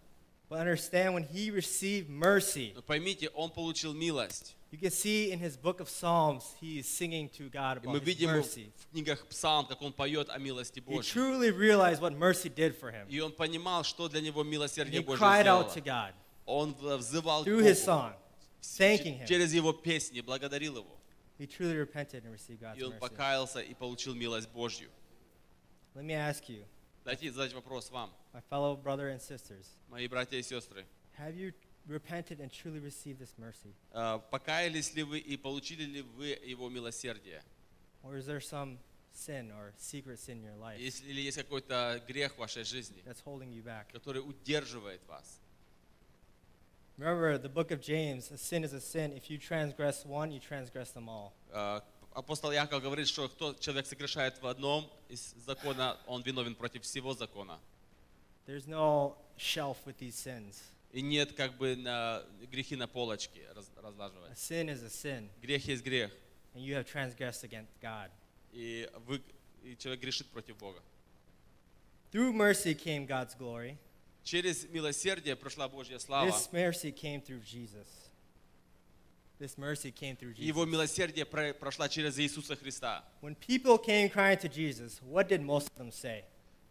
S10: But understand when he received mercy,
S2: Но поймите, он получил милость.
S10: you can see in his book of Psalms, he is singing to God
S2: И мы
S10: about his
S2: видим
S10: mercy.
S2: в книгах Псалм, как он поет о милости
S10: He
S2: Божьей.
S10: truly realized what mercy did for him.
S2: И он понимал, что для него
S10: And he
S2: милосердие Божье
S10: cried out to
S2: сделало.
S10: God
S2: Он в- взывал к
S10: through his
S2: Богу
S10: song, thanking
S2: Ч-
S10: him.
S2: через его песни, благодарил его.
S10: He truly repented and received God's
S2: И он
S10: mercy.
S2: покаялся и получил милость Божью.
S10: Let me ask you,
S2: Дайте задать вопрос вам,
S10: my fellow brother and sisters,
S2: мои братья и сестры.
S10: have you repented and truly received this mercy?
S2: Э, Покаялись ли вы и получили ли вы его милосердие?
S10: Or is there some sin or secret sin in your life
S2: Если ли есть какой-то грех в вашей жизни,
S10: that's holding you back?
S2: который удерживает вас?
S10: Remember the book of James, a sin is a sin. If you transgress one, you transgress them all.
S2: Э, Апостол Яков говорит, что кто человек согрешает в одном из закона, он виновен против всего закона.
S10: There's no shelf with these sins.
S2: И нет как бы на грехи на полочке раз-
S10: A
S2: разлаживать.
S10: sin is a sin,
S2: Грех есть грех,
S10: and you have transgressed against God.
S2: и, вы, и человек грешит против Бога.
S10: Through mercy came God's glory.
S2: Через милосердие пришла Божья слава.
S10: This mercy came through Jesus. This mercy came through
S2: И Его
S10: Jesus.
S2: милосердие про- прошло через Иисуса Христа.
S10: When people came crying to Jesus, what did most of them say?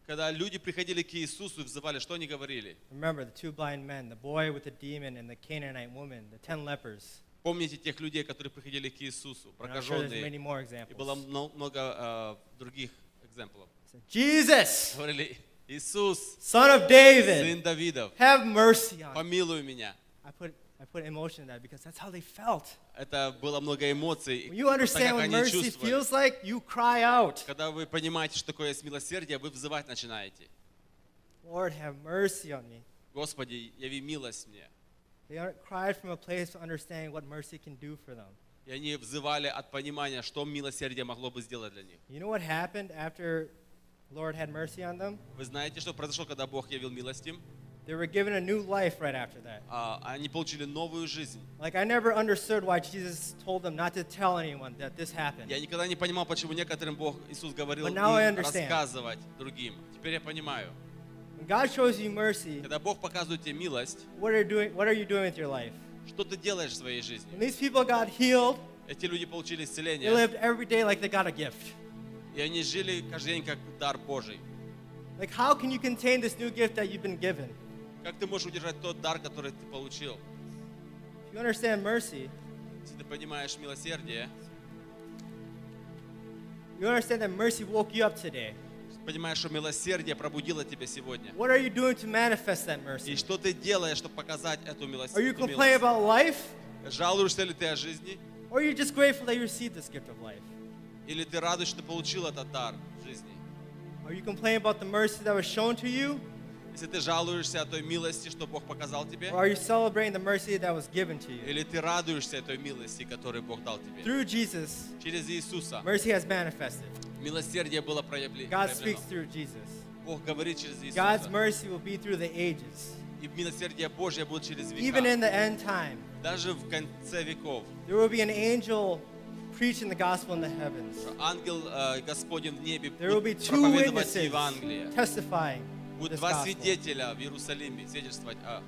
S2: Когда люди приходили к Иисусу и взывали, что они говорили?
S10: Remember the two blind men, the boy with the demon, and the Canaanite woman, the ten lepers.
S2: Помните тех людей, которые приходили к Иисусу,
S10: And I'm sure there's
S2: прокаженные.
S10: many more
S2: И было
S10: examples.
S2: мно- много э, других экземплов.
S10: Said, Jesus,
S2: Говорили, Иисус,
S10: son of David,
S2: сын Давидов,
S10: have mercy on me.
S2: помилуй меня.
S10: I put, I put emotion in that because that's how they felt.
S2: Это было много эмоций. и
S10: When you
S2: просто как
S10: understand what
S2: они
S10: mercy
S2: чувствовали.
S10: feels like, you cry out,
S2: Когда вы понимаете, что такое есть милосердие, вы взывать начинаете.
S10: Lord, have mercy on me.
S2: Господи, яви милость мне.
S10: They aren't cried from a place of understanding what mercy can do for them.
S2: И они взывали от понимания, что милосердие могло бы сделать для них.
S10: You know what happened after Lord had mercy on them?
S2: Вы знаете, что произошло, когда Бог явил милость им?
S10: They were given a new life right after that.
S2: А, Они получили новую жизнь.
S10: Like I never understood why Jesus told them not to tell anyone that this happened.
S2: Я никогда не понимал, почему некоторым Бог Иисус говорил
S10: But
S2: им
S10: now I understand.
S2: рассказывать другим. Теперь я понимаю.
S10: When God shows you mercy,
S2: Когда Бог показывает тебе милость,
S10: what are you doing? What are you doing with your life?
S2: что ты делаешь в своей
S10: When
S2: жизни?
S10: these people got healed,
S2: Эти люди получили
S10: They
S2: исцеление.
S10: lived every day like they got a gift.
S2: И они жили каждый день как дар Божий.
S10: Like, how can you contain this new gift that you've been given?
S2: Как ты можешь удержать тот дар, который ты получил?
S10: If you understand mercy,
S2: Если ты понимаешь милосердие,
S10: you understand that mercy woke you up today.
S2: понимаешь, что милосердие пробудило тебя сегодня.
S10: What are you doing to manifest that
S2: И
S10: mercy?
S2: что ты делаешь, чтобы показать эту милос-
S10: Are you
S2: эту
S10: complaining
S2: милость?
S10: about life,
S2: Жалуешься ли ты о жизни?
S10: or are you just grateful that you received this gift of life?
S2: Или ты радуешься, что ты получил этот дар жизни?
S10: Are you complaining about the mercy that was shown to you,
S2: Если ты жалуешься о той милости, что Бог показал тебе,
S10: or are you celebrating the mercy that was given to you?
S2: или ты радуешься той милости, которую Бог дал тебе?
S10: Through Jesus,
S2: Через Иисуса
S10: mercy has manifested.
S2: милосердие было проявле-
S10: God speaks
S2: проявлено.
S10: through Jesus.
S2: Бог говорит через
S10: God's
S2: Иисуса.
S10: mercy will be through the ages.
S2: И милосердие Божье будет через
S10: Even in
S2: века.
S10: the end time,
S2: Даже в конце веков.
S10: there will be an angel preaching the gospel in the heavens.
S2: Ангел э, Господень в небе
S10: There will be
S2: будет
S10: two
S2: проповедовать
S10: witnesses
S2: Евангелие.
S10: testifying. of
S2: Будут
S10: This
S2: два
S10: gospel.
S2: свидетеля в Иерусалиме свидетельствовать. о-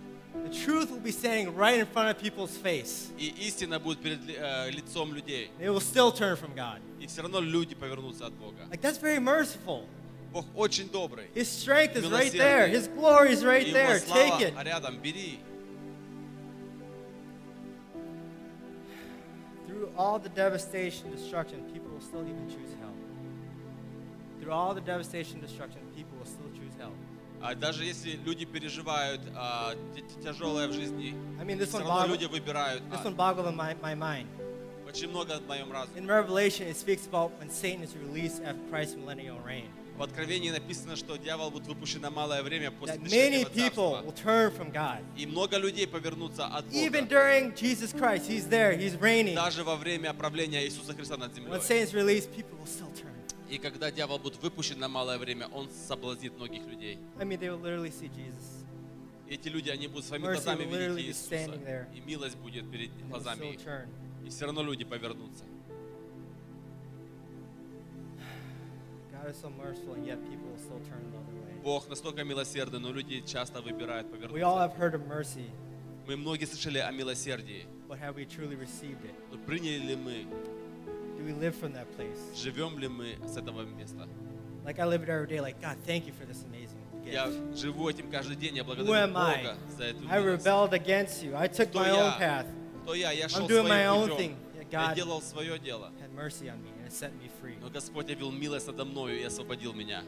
S10: The truth will be standing right in front of people's face.
S2: И истина будет перед ли- э, лицом людей.
S10: They will still turn from God.
S2: И все равно люди повернутся от Бога.
S10: Like that's very merciful.
S2: Бог очень добрый.
S10: His strength is right there. His glory is right
S2: И
S10: there.
S2: его
S10: Take
S2: слава
S10: it.
S2: рядом, бери.
S10: Through all the devastation, destruction, people will still even choose hell. Through all the devastation, destruction, people will still choose hell.
S2: А даже если люди переживают а, тя- тя- тяжелое в жизни,
S10: I mean, this
S2: все
S10: one
S2: равно люди
S10: boggled,
S2: выбирают
S10: this
S2: ад.
S10: one boggled my, my mind.
S2: Очень много в моем разуме.
S10: In Revelation, it speaks about when Satan is released after Christ's millennial reign.
S2: В Откровении написано, что дьявол будет выпущен на малое время после
S10: That many
S2: тысячелетнего
S10: people will
S2: царства.
S10: turn from God.
S2: И много людей повернутся от
S10: Even
S2: Бога.
S10: during Jesus Christ, He's there, He's reigning.
S2: Даже во время правления Иисуса Христа над землей.
S10: When Satan's released, people will still turn.
S2: И когда дьявол будет выпущен на малое время, он соблазнит многих людей.
S10: I mean, they will literally see Jesus.
S2: Эти люди, они будут своими
S10: Mercy
S2: глазами
S10: will literally
S2: видеть
S10: be standing
S2: Иисуса.
S10: there.
S2: И милость будет перед
S10: And they will
S2: глазами
S10: still
S2: их.
S10: turn.
S2: И все равно люди повернутся.
S10: God is so merciful, and yet people will still turn the other way.
S2: Бог настолько милосердный, но люди часто выбирают
S10: We all
S2: повернуться.
S10: have heard of mercy,
S2: Мы многие слышали о милосердии,
S10: but have we truly received it?
S2: но приняли ли мы,
S10: Do we live from that place?
S2: живем ли мы с этого места?
S10: Like I live it every day, like, God, thank you for this amazing
S2: Я
S10: gift.
S2: живу этим каждый день, я
S10: Who
S2: благодарю
S10: am I?
S2: Бога за эту
S10: I
S2: милость.
S10: rebelled against you. I took
S2: Кто
S10: my own
S2: я?
S10: path.
S2: Кто я? Я шел
S10: doing
S2: своим
S10: my own
S2: путем.
S10: thing. Yeah,
S2: Я
S10: God.
S2: делал свое дело.
S10: Had mercy on me and set me free.
S2: Но Господь явил милость надо мною и освободил меня.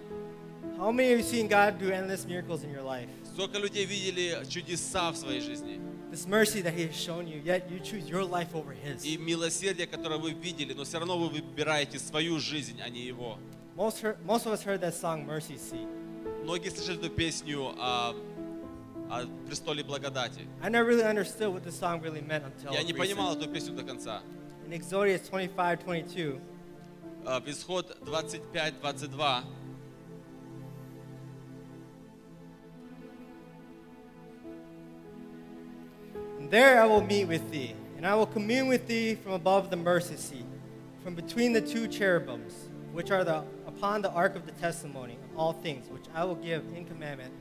S10: How many of you seen God do endless miracles in your life?
S2: Сколько людей видели чудеса в своей жизни.
S10: This mercy that He has shown you, yet you choose your life over His.
S2: И милосердие, которое вы видели, но все равно вы выбираете свою жизнь, а не его.
S10: Most, heard, most of us heard that song, Mercy Seat.
S2: Многие слышали эту песню о, о престоле благодати.
S10: I never really understood what this song really meant until
S2: Я не понимал
S10: recent.
S2: эту песню до конца.
S10: In Exodus 25, 22,
S2: А, В исход 25-22
S10: And there I will meet with thee, and I will commune with thee from above the mercy seat, from between the two cherubims, which are the, upon the ark of the testimony of all things, which I will give in commandment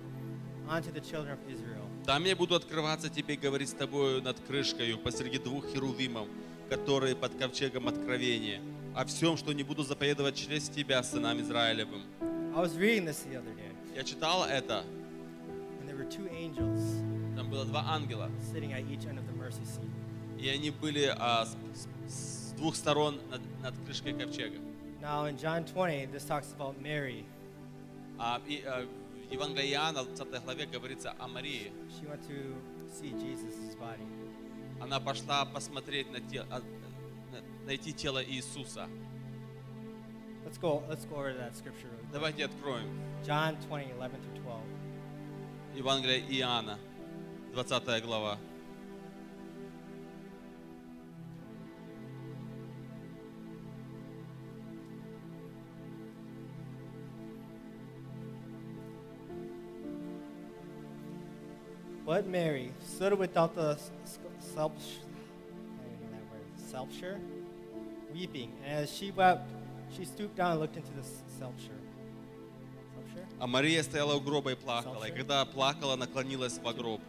S10: unto the children of Israel.
S2: Там я буду открываться тебе, и говорить с тобою над крышкою посреди двух херувимов, которые под ковчегом откровения, о всем, что не буду заповедовать через тебя, сынам Израилевым.
S10: I was reading this the other day,
S2: Я читал это,
S10: and there were two angels
S2: там было два ангела,
S10: sitting at each end of the mercy seat.
S2: и они были а, с, с- с двух сторон над, над крышкой ковчега.
S10: Now in John 20, this talks about Mary.
S2: А, и, а, в Евангелии Иоанна, в 20 главе, говорится о Марии.
S10: She went to see Jesus' body.
S2: Она пошла посмотреть на те- а, на- найти тело Иисуса.
S10: Let's go. Let's go over to that scripture. real quick.
S2: Давайте откроем
S10: John 20, 11 through 12.
S2: Евангелие Иоанна, 20 глава.
S10: But Mary stood without the s- s- self, I don't even know that word, sepulchre, weeping. And as she wept, she stooped down and looked into the s- sepulchre. Sepulchre?
S2: А Мария стояла у гроба и плакала. И когда плакала, наклонилась в гроб.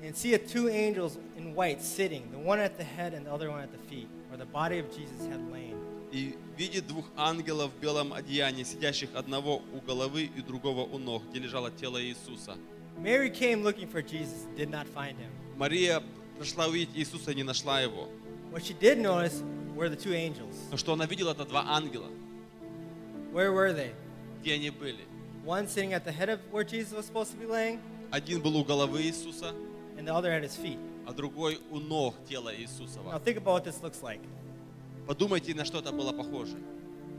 S10: and seeth two angels in white sitting, the one at the head and the other one at the feet, where the body of Jesus had lain.
S2: и видит двух ангелов в белом одеянии, сидящих одного у головы и другого у ног, где лежало тело Иисуса.
S10: Mary came looking for Jesus, and did not find him.
S2: Мария пришла увидеть Иисуса и не нашла его.
S10: What she did notice were the two angels.
S2: Но что она видела, это два ангела.
S10: Where were they?
S2: Где они были?
S10: One sitting at the head of where Jesus was supposed to be laying,
S2: Один был у головы Иисуса,
S10: and the other at his feet.
S2: а другой у ног тела
S10: Now
S2: Иисусова.
S10: think about what this looks like.
S2: Подумайте, на что это было похоже.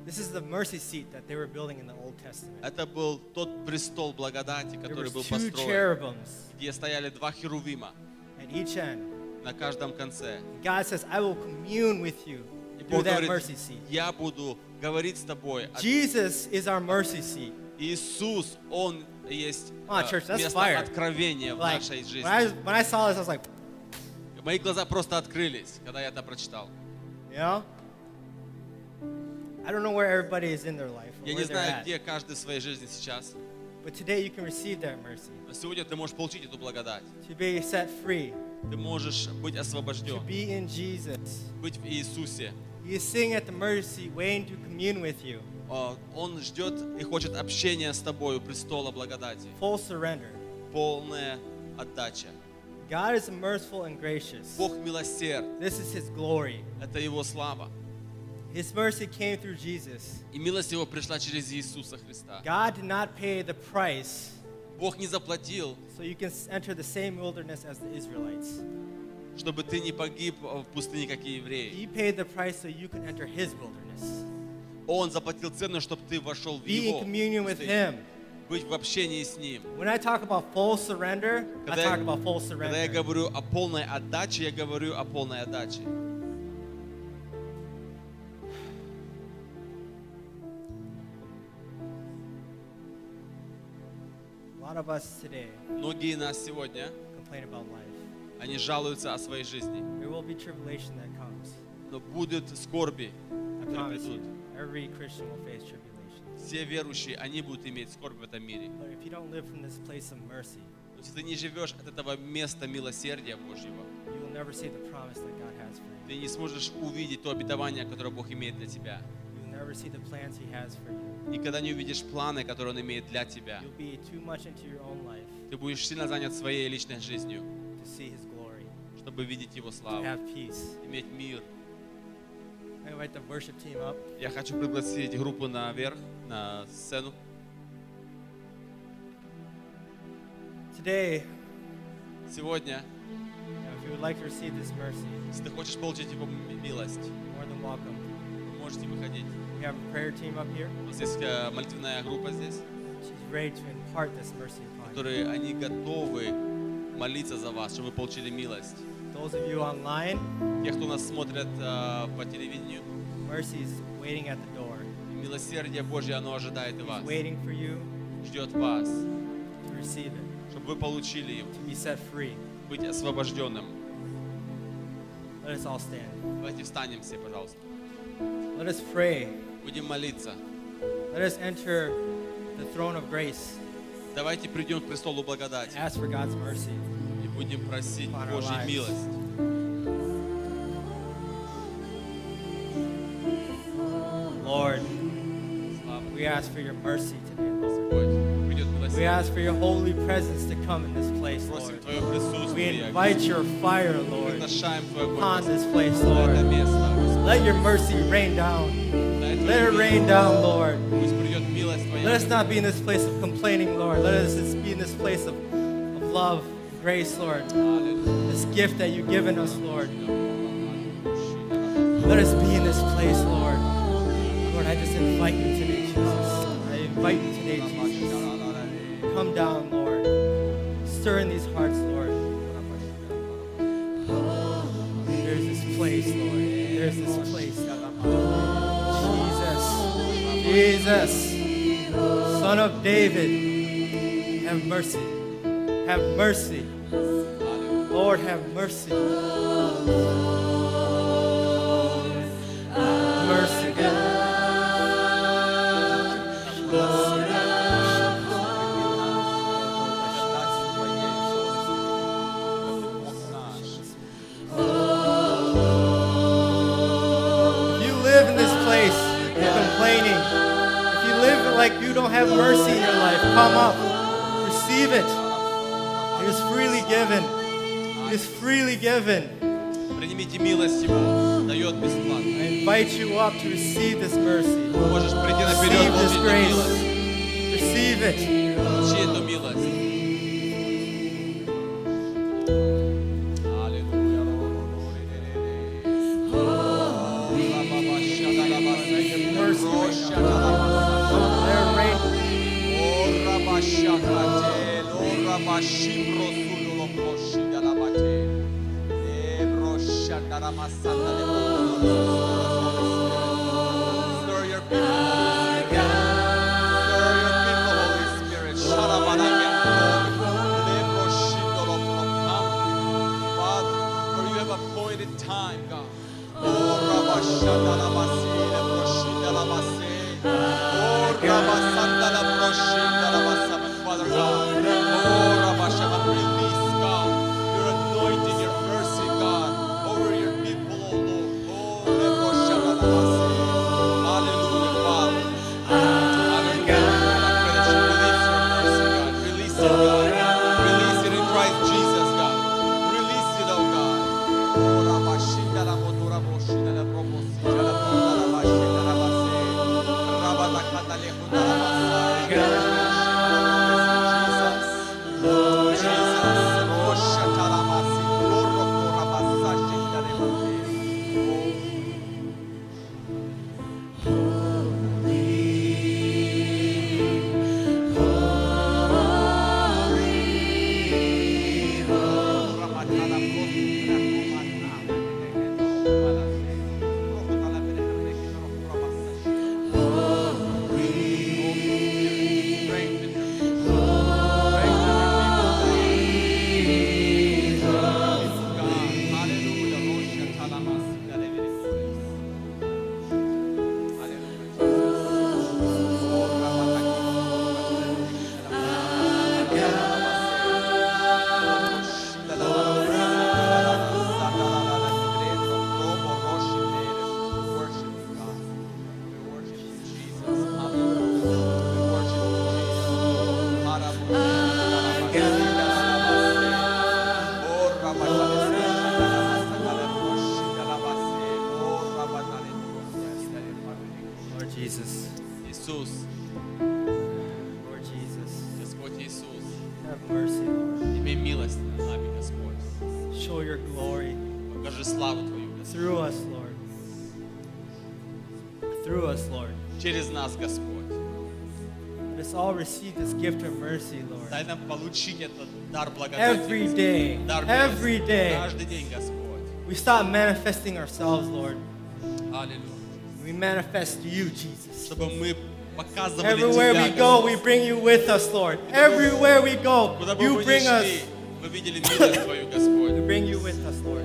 S10: This is the mercy seat that they were building in the Old Testament.
S2: Это был тот престол благодати,
S10: There
S2: который
S10: was
S2: был
S10: two
S2: построен,
S10: cherubims
S2: где стояли два херувима
S10: at each end.
S2: на каждом конце.
S10: God says, "I will commune with you
S2: И
S10: through
S2: Бог
S10: that
S2: говорит,
S10: mercy seat."
S2: я буду говорить с тобой. о
S10: Jesus is our mercy seat.
S2: Иисус, Он есть
S10: Wow,
S2: э,
S10: church, that's
S2: место
S10: fire.
S2: откровения в
S10: Like
S2: нашей
S10: when
S2: жизни.
S10: I, when I saw this, I was like,
S2: Мои глаза просто открылись, когда я это прочитал.
S10: you know, I don't know where everybody is in their life, or
S2: Я не
S10: where they're
S2: знаю,
S10: at,
S2: где каждый в своей жизни сейчас,
S10: but today you can receive that mercy
S2: но сегодня ты можешь получить эту благодать.
S10: to be set free,
S2: Ты можешь быть
S10: to
S2: освобожден,
S10: be in Jesus.
S2: быть в Иисусе.
S10: He is sitting at the mercy, waiting to commune with you,
S2: Э, Он ждет и хочет общения с тобой у престола благодати.
S10: full surrender.
S2: Полная отдача.
S10: God is merciful and gracious.
S2: Бог милосерд.
S10: This is His glory.
S2: Это Его слава.
S10: His mercy came through Jesus.
S2: И милость Его пришла через Иисуса Христа.
S10: God did not pay the price
S2: Бог не заплатил,
S10: so you can enter the same wilderness as the Israelites.
S2: чтобы ты не погиб э, в пустыне, как и евреи.
S10: He paid the price so you can enter His wilderness.
S2: Он заплатил цену, чтобы ты вошел в
S10: Be in
S2: Его
S10: communion with
S2: пустыню.
S10: Him.
S2: Быть в общении с Ним.
S10: When I talk about full surrender, I
S2: Когда я-
S10: talk about full
S2: Когда я
S10: surrender.
S2: говорю о полной отдаче, я говорю о полной отдаче.
S10: A lot of us today
S2: Многие нас сегодня,
S10: complain about life.
S2: они жалуются о своей жизни.
S10: There will be tribulation that comes.
S2: Но будет скорби,
S10: I
S2: которые
S10: promise you,
S2: придут.
S10: every Christian will face tribulation.
S2: Все верующие, они будут иметь скорбь в этом мире.
S10: But if you don't live from this place of mercy,
S2: Но если ты не живешь от этого места милосердия Божьего,
S10: you will never see the promise that God has for you.
S2: ты не сможешь увидеть то обетование, которое Бог имеет для тебя.
S10: You will never see the plans He has for you.
S2: Никогда не увидишь планы, которые Он имеет для тебя.
S10: You'll be too much into your own life
S2: Ты будешь сильно занят своей личной жизнью,
S10: to see His glory,
S2: чтобы видеть Его
S10: to
S2: славу,
S10: have peace.
S2: иметь мир.
S10: I invite the worship team up.
S2: Я хочу пригласить группу наверх, на сцену.
S10: Today,
S2: Сегодня,
S10: if you would like to receive this mercy,
S2: если ты хочешь получить Его м- милость,
S10: more than welcome.
S2: вы можете выходить.
S10: We have a prayer team up here.
S2: У нас есть э, молитвенная группа здесь,
S10: She's ready to impart this mercy upon you.
S2: которые они готовы молиться за вас, чтобы вы получили милость.
S10: Those of you online,
S2: Те, кто нас смотрят э, по телевидению,
S10: mercy is waiting at the door.
S2: милосердие Божье, оно ожидает и
S10: It's
S2: вас,
S10: waiting for you
S2: ждет вас,
S10: to receive it,
S2: чтобы вы получили его,
S10: to be set free.
S2: быть освобожденным.
S10: Let us all stand.
S2: Давайте встанем все, пожалуйста.
S10: Let us pray.
S2: Будем молиться.
S10: Let us enter the throne of grace.
S2: Давайте придем к престолу благодати
S10: Ask for God's mercy.
S2: и будем просить
S10: Upon our
S2: Божьей
S10: lives.
S2: милости.
S10: Lord, um,
S2: Слава
S10: we ask for your mercy today, Lord.
S2: Господь. Придет
S10: We
S2: милосердие.
S10: ask for your holy presence to come in this place,
S2: Просим
S10: Lord.
S2: Твое
S10: We
S2: присутствие.
S10: invite your fire, Lord,
S2: Приглашаем Твое
S10: upon
S2: Господь,
S10: this place,
S2: на это
S10: Lord.
S2: место. Господь.
S10: Let your mercy rain down.
S2: Дай
S10: Let
S2: Твоя
S10: it rain
S2: милость.
S10: down, Lord.
S2: Пусть придет милость
S10: Let
S2: Твоя.
S10: us not be in this place of complaining, Lord. Let us just be in this place of, of love, grace, Lord.
S2: Аллилуйя.
S10: This gift that you've given us, Lord. Let us be in this place, Lord. Lord, I just invite you today, Jesus. I invite you today, Jesus. Come down, Lord. Stir in these hearts, Lord. There's this place, Lord. There's this place. Jesus. Jesus. Son of David. Have mercy. Have mercy. Lord, have mercy. Mercy, God. have mercy in your life. Come up. Receive it. It is freely given. It is freely given.
S2: Принимите милость Его, дает бесплатно.
S10: I invite you up to receive this mercy.
S2: Можешь прийти наперед,
S10: Receive this grace.
S2: получить эту милость.
S10: Receive it.
S2: Получи эту милость. Аллилуйя.
S10: Mercy. There, right
S4: Stir your people, Holy Spirit. Stir your people, Holy Spirit. Shalabanaya. Lebro shindolo prokam. Father, for you have appointed time, God. Oh, Rabba Shandalabasi, Lebro Shindalabasi. Oh, Rabba Sandalabro Shindalabasa. Father God, oh Rabba Shabbat, release God, your anointing, your mercy, God, over your people, oh Lord. Oh, Lebro Shandalabasi. Hallelujah, Father. Hallelujah. God. Release your mercy, God. Release it, God. Release it in Christ Jesus, God. Release it, oh God. Oh, Rabba Shinda la Motora Boshida la Proposi, la Ponda la Bashida la Base, Rabba la Catale Huda la Basa, Jesus. Jesus. Oh, Shataramasi, Loro Korabasa, Shinda le Bote. Oh,
S10: Lord Jesus.
S2: Иисус,
S10: Lord Jesus.
S2: Господь Иисус,
S10: Have mercy, Lord.
S2: имей милость над нами, Господь.
S10: Show your glory
S2: Покажи славу Твою, Господь.
S10: through us, Lord. Through us, Lord.
S2: Через нас, Господь.
S10: Let us all receive this gift of mercy, Lord.
S2: Дай нам получить этот дар благодати.
S10: Every day.
S2: Дар
S10: Every
S2: милости.
S10: day.
S2: Каждый день, Господь.
S10: We stop manifesting ourselves, Lord.
S2: Аллилуйя.
S10: We manifest you, Jesus.
S2: Чтобы мы показывали
S10: Everywhere
S2: Тебя,
S10: we go, we
S2: Господь.
S10: bring you with us, Lord. Everywhere we go,
S2: Куда бы мы
S10: you
S2: ни
S10: bring us.
S2: шли, мы видели милость Твою,
S10: We
S2: Господь.
S10: bring you with us, Lord.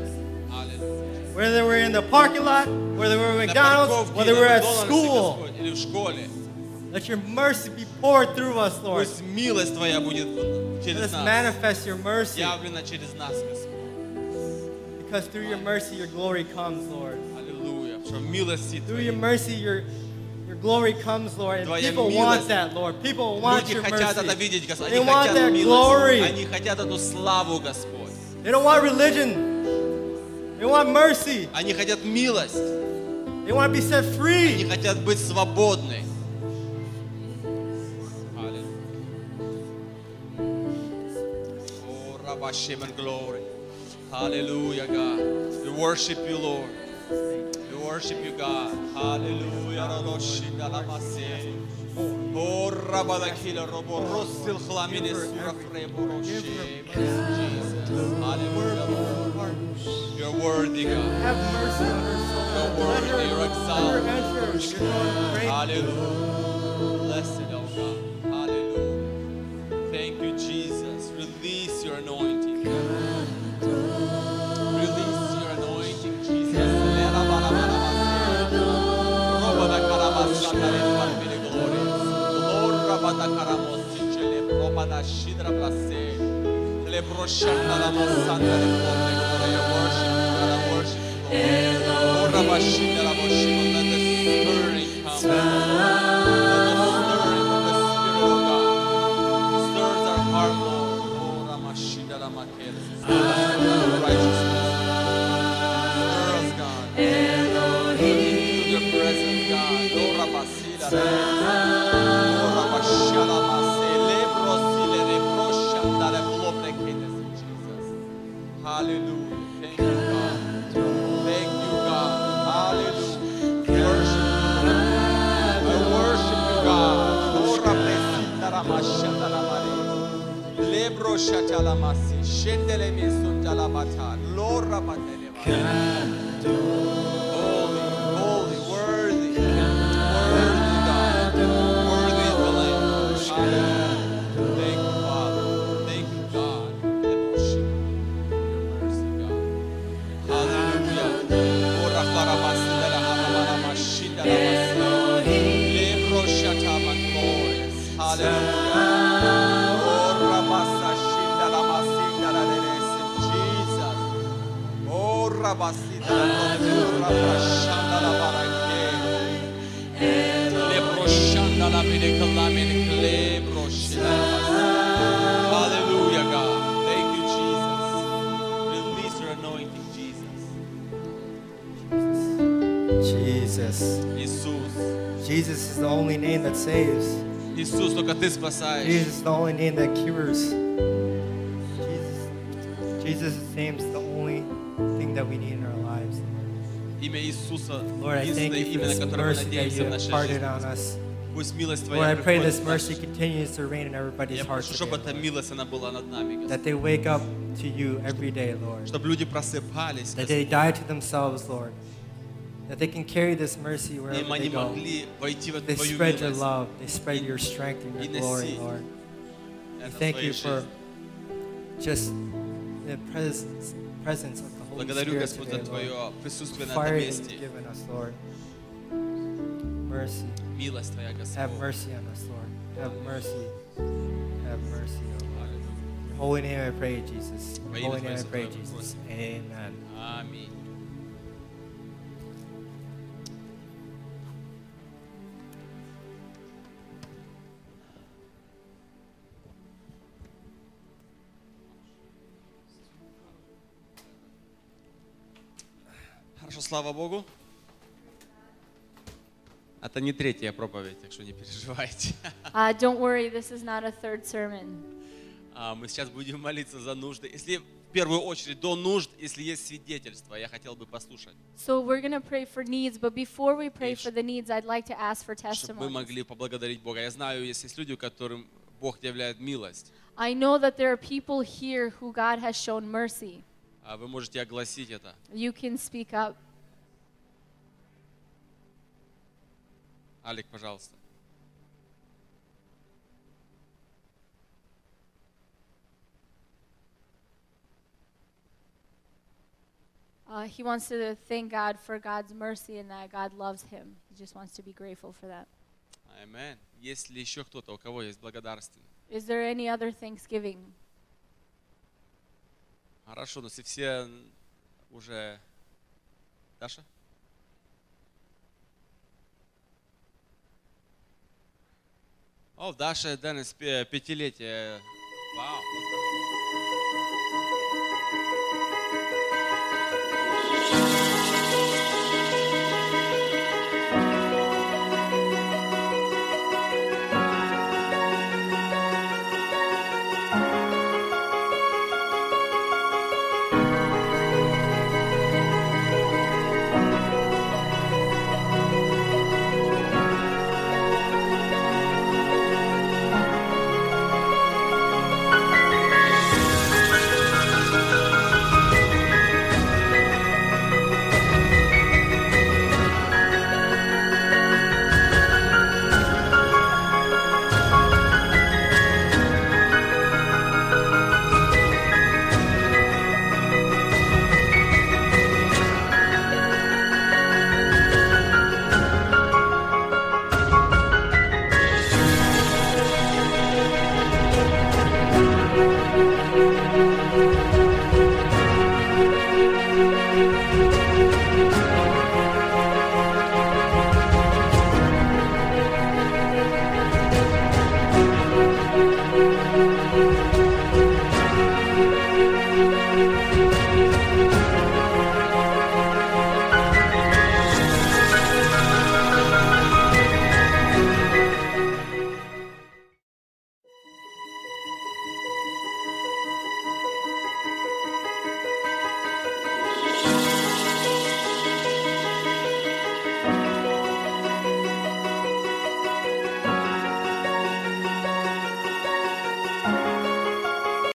S2: Аллилуйя.
S10: Whether we're in the parking lot, whether we're at
S2: На
S10: McDonald's,
S2: парковке,
S10: whether
S2: на
S10: we're at
S2: Макдональдсе,
S10: school,
S2: Господь, или в школе.
S10: let your mercy be poured through us, Lord.
S2: Пусть милость Твоя будет
S10: Let
S2: через
S10: us
S2: нас.
S10: manifest your mercy.
S2: Явлена через нас, Господь.
S10: Because through your mercy, your glory comes, Lord.
S2: Аллилуйя. Что милости
S10: Through your
S2: Твоей.
S10: mercy, your your glory comes, Lord. And
S2: Твоя
S10: people
S2: милость.
S10: want that, Lord. People want
S2: Люди
S10: your
S2: хотят это видеть,
S10: mercy.
S2: Господь.
S10: They
S2: Они
S10: want
S2: хотят
S10: that glory.
S2: милость. Они хотят эту славу, Господь.
S10: They don't want religion. They want mercy.
S2: Они хотят милость.
S10: They want to be set
S2: Они
S10: free.
S2: хотят быть свободны. Аллилуйя. О, раба, shame and Oh, glory. Hallelujah, God. We worship you, Lord. We worship you, God. Hallelujah. Oh, Ророще, даламасе. О, раба, дакиля, робо, россил, хламине, сура, фребо, роще. Hallelujah, Lord. You're worthy, God.
S10: Have mercy on her
S2: Your
S10: soul. Let
S2: word,
S10: her-
S2: your
S10: let her enter your glory great.
S2: Hallelujah. Blessed, oh God. Hallelujah. Thank you, Jesus. Release your anointing. Release your anointing, Jesus. Let the stirring come. Let the stirring of the Spirit God is your righteousness. Stir us, God. To your presence, God. Oh, Rabba Sila. Oh, Rabba Shala Basi. Lebro Sile Rebro Shandare Blobre Kedes in Jesus. Hallelujah. Thank you, God. Thank you, God. Hallelujah. Worship you. I worship you, God. Oh, Rabbe Sila Rabba Shandara Mare. Lebro Shatala Masi. Shendele Misuntala Bata. Lord Rabba Telema. Holy, holy, worthy, worthy God, worthy is the Lamb. Hallelujah. Thank you, Father. Thank you, God. I worship you. Your mercy, God. Hallelujah. Ora para basindara harabara mashindara basi. Lebro shatama glorious. Hallelujah. Ora basa shindara masindara deresi. Jesus. Oh, Rabasita, Rabashanda la Barake, Lebroshanda la Medicalamin, Lebroshanda. Hallelujah, God. Thank you, Jesus. Release your anointing, Jesus.
S10: Jesus.
S2: Иисус.
S10: Jesus is the only name that saves.
S2: Иисус, только Ты спасаешь.
S10: Jesus is the only name that cures. Jesus, Jesus' name is the only thing that we need in our lives.
S2: Имя Иисуса,
S10: Lord, I thank
S2: единственное
S10: you for
S2: имя, на
S10: this
S2: которое мы
S10: mercy that
S2: надеемся
S10: you
S2: в
S10: have
S2: нашей
S10: imparted
S2: жизни.
S10: on us.
S2: Пусть милость
S10: Lord,
S2: Твоя
S10: I pray
S2: приходит
S10: this
S2: в наши
S10: mercy continues to reign in everybody's
S2: Я
S10: hearts.
S2: прошу, чтобы эта
S10: today, Lord.
S2: милость, она была над нами, Господь.
S10: That they wake up to you every day, Lord.
S2: Чтобы люди просыпались,
S10: That
S2: Господь.
S10: they die to themselves, Lord. That they can carry this mercy
S2: Им
S10: wherever they
S2: они
S10: go.
S2: могли войти в
S10: They
S2: Твою
S10: spread your
S2: милость.
S10: love. They spread your strength and your glory, Lord.
S2: Это
S10: We thank
S2: твоя
S10: you for
S2: жизнь.
S10: just the presence, presence of the Holy
S2: Благодарю,
S10: Spirit
S2: Господь, за
S10: today, Lord.
S2: Твое присутствие на этом
S10: Fire that you've
S2: месте.
S10: given us, Lord. Mercy.
S2: Милость Твоя,
S10: Have
S2: Господь.
S10: mercy on us, Lord. Have mercy. Have mercy, O Lord. In Holy name I pray, Jesus. In
S2: Во имя
S10: Holy name
S2: Твое
S10: I pray,
S2: святое
S10: Jesus. Amen.
S2: Аминь. Хорошо, слава Богу. Это не третья проповедь, так что не переживайте.
S11: Uh, don't worry, this is not a third sermon.
S2: А, Мы сейчас будем молиться за нужды. Если в первую очередь до нужд, если есть свидетельство, я хотел бы послушать,
S11: So we're going to pray for needs, but before we pray
S2: Yes.
S11: for the needs, I'd like to ask for
S2: чтобы мы
S11: testimonies.
S2: могли поблагодарить Бога. Я знаю, если есть люди, которым Бог являет милость,
S11: I know that there are people here who God has shown mercy.
S2: а вы можете огласить это.
S11: You can speak up.
S2: Алик, пожалуйста.
S11: Uh, he wants to thank God for God's mercy and that God loves him. He just wants to be grateful for that.
S2: Аминь. Есть ли еще кто-то, у кого есть благодарственность?
S11: Is there any other thanksgiving?
S2: Хорошо, но если все уже... Даша? О, Даша Денис, пе- пятилетие. Вау.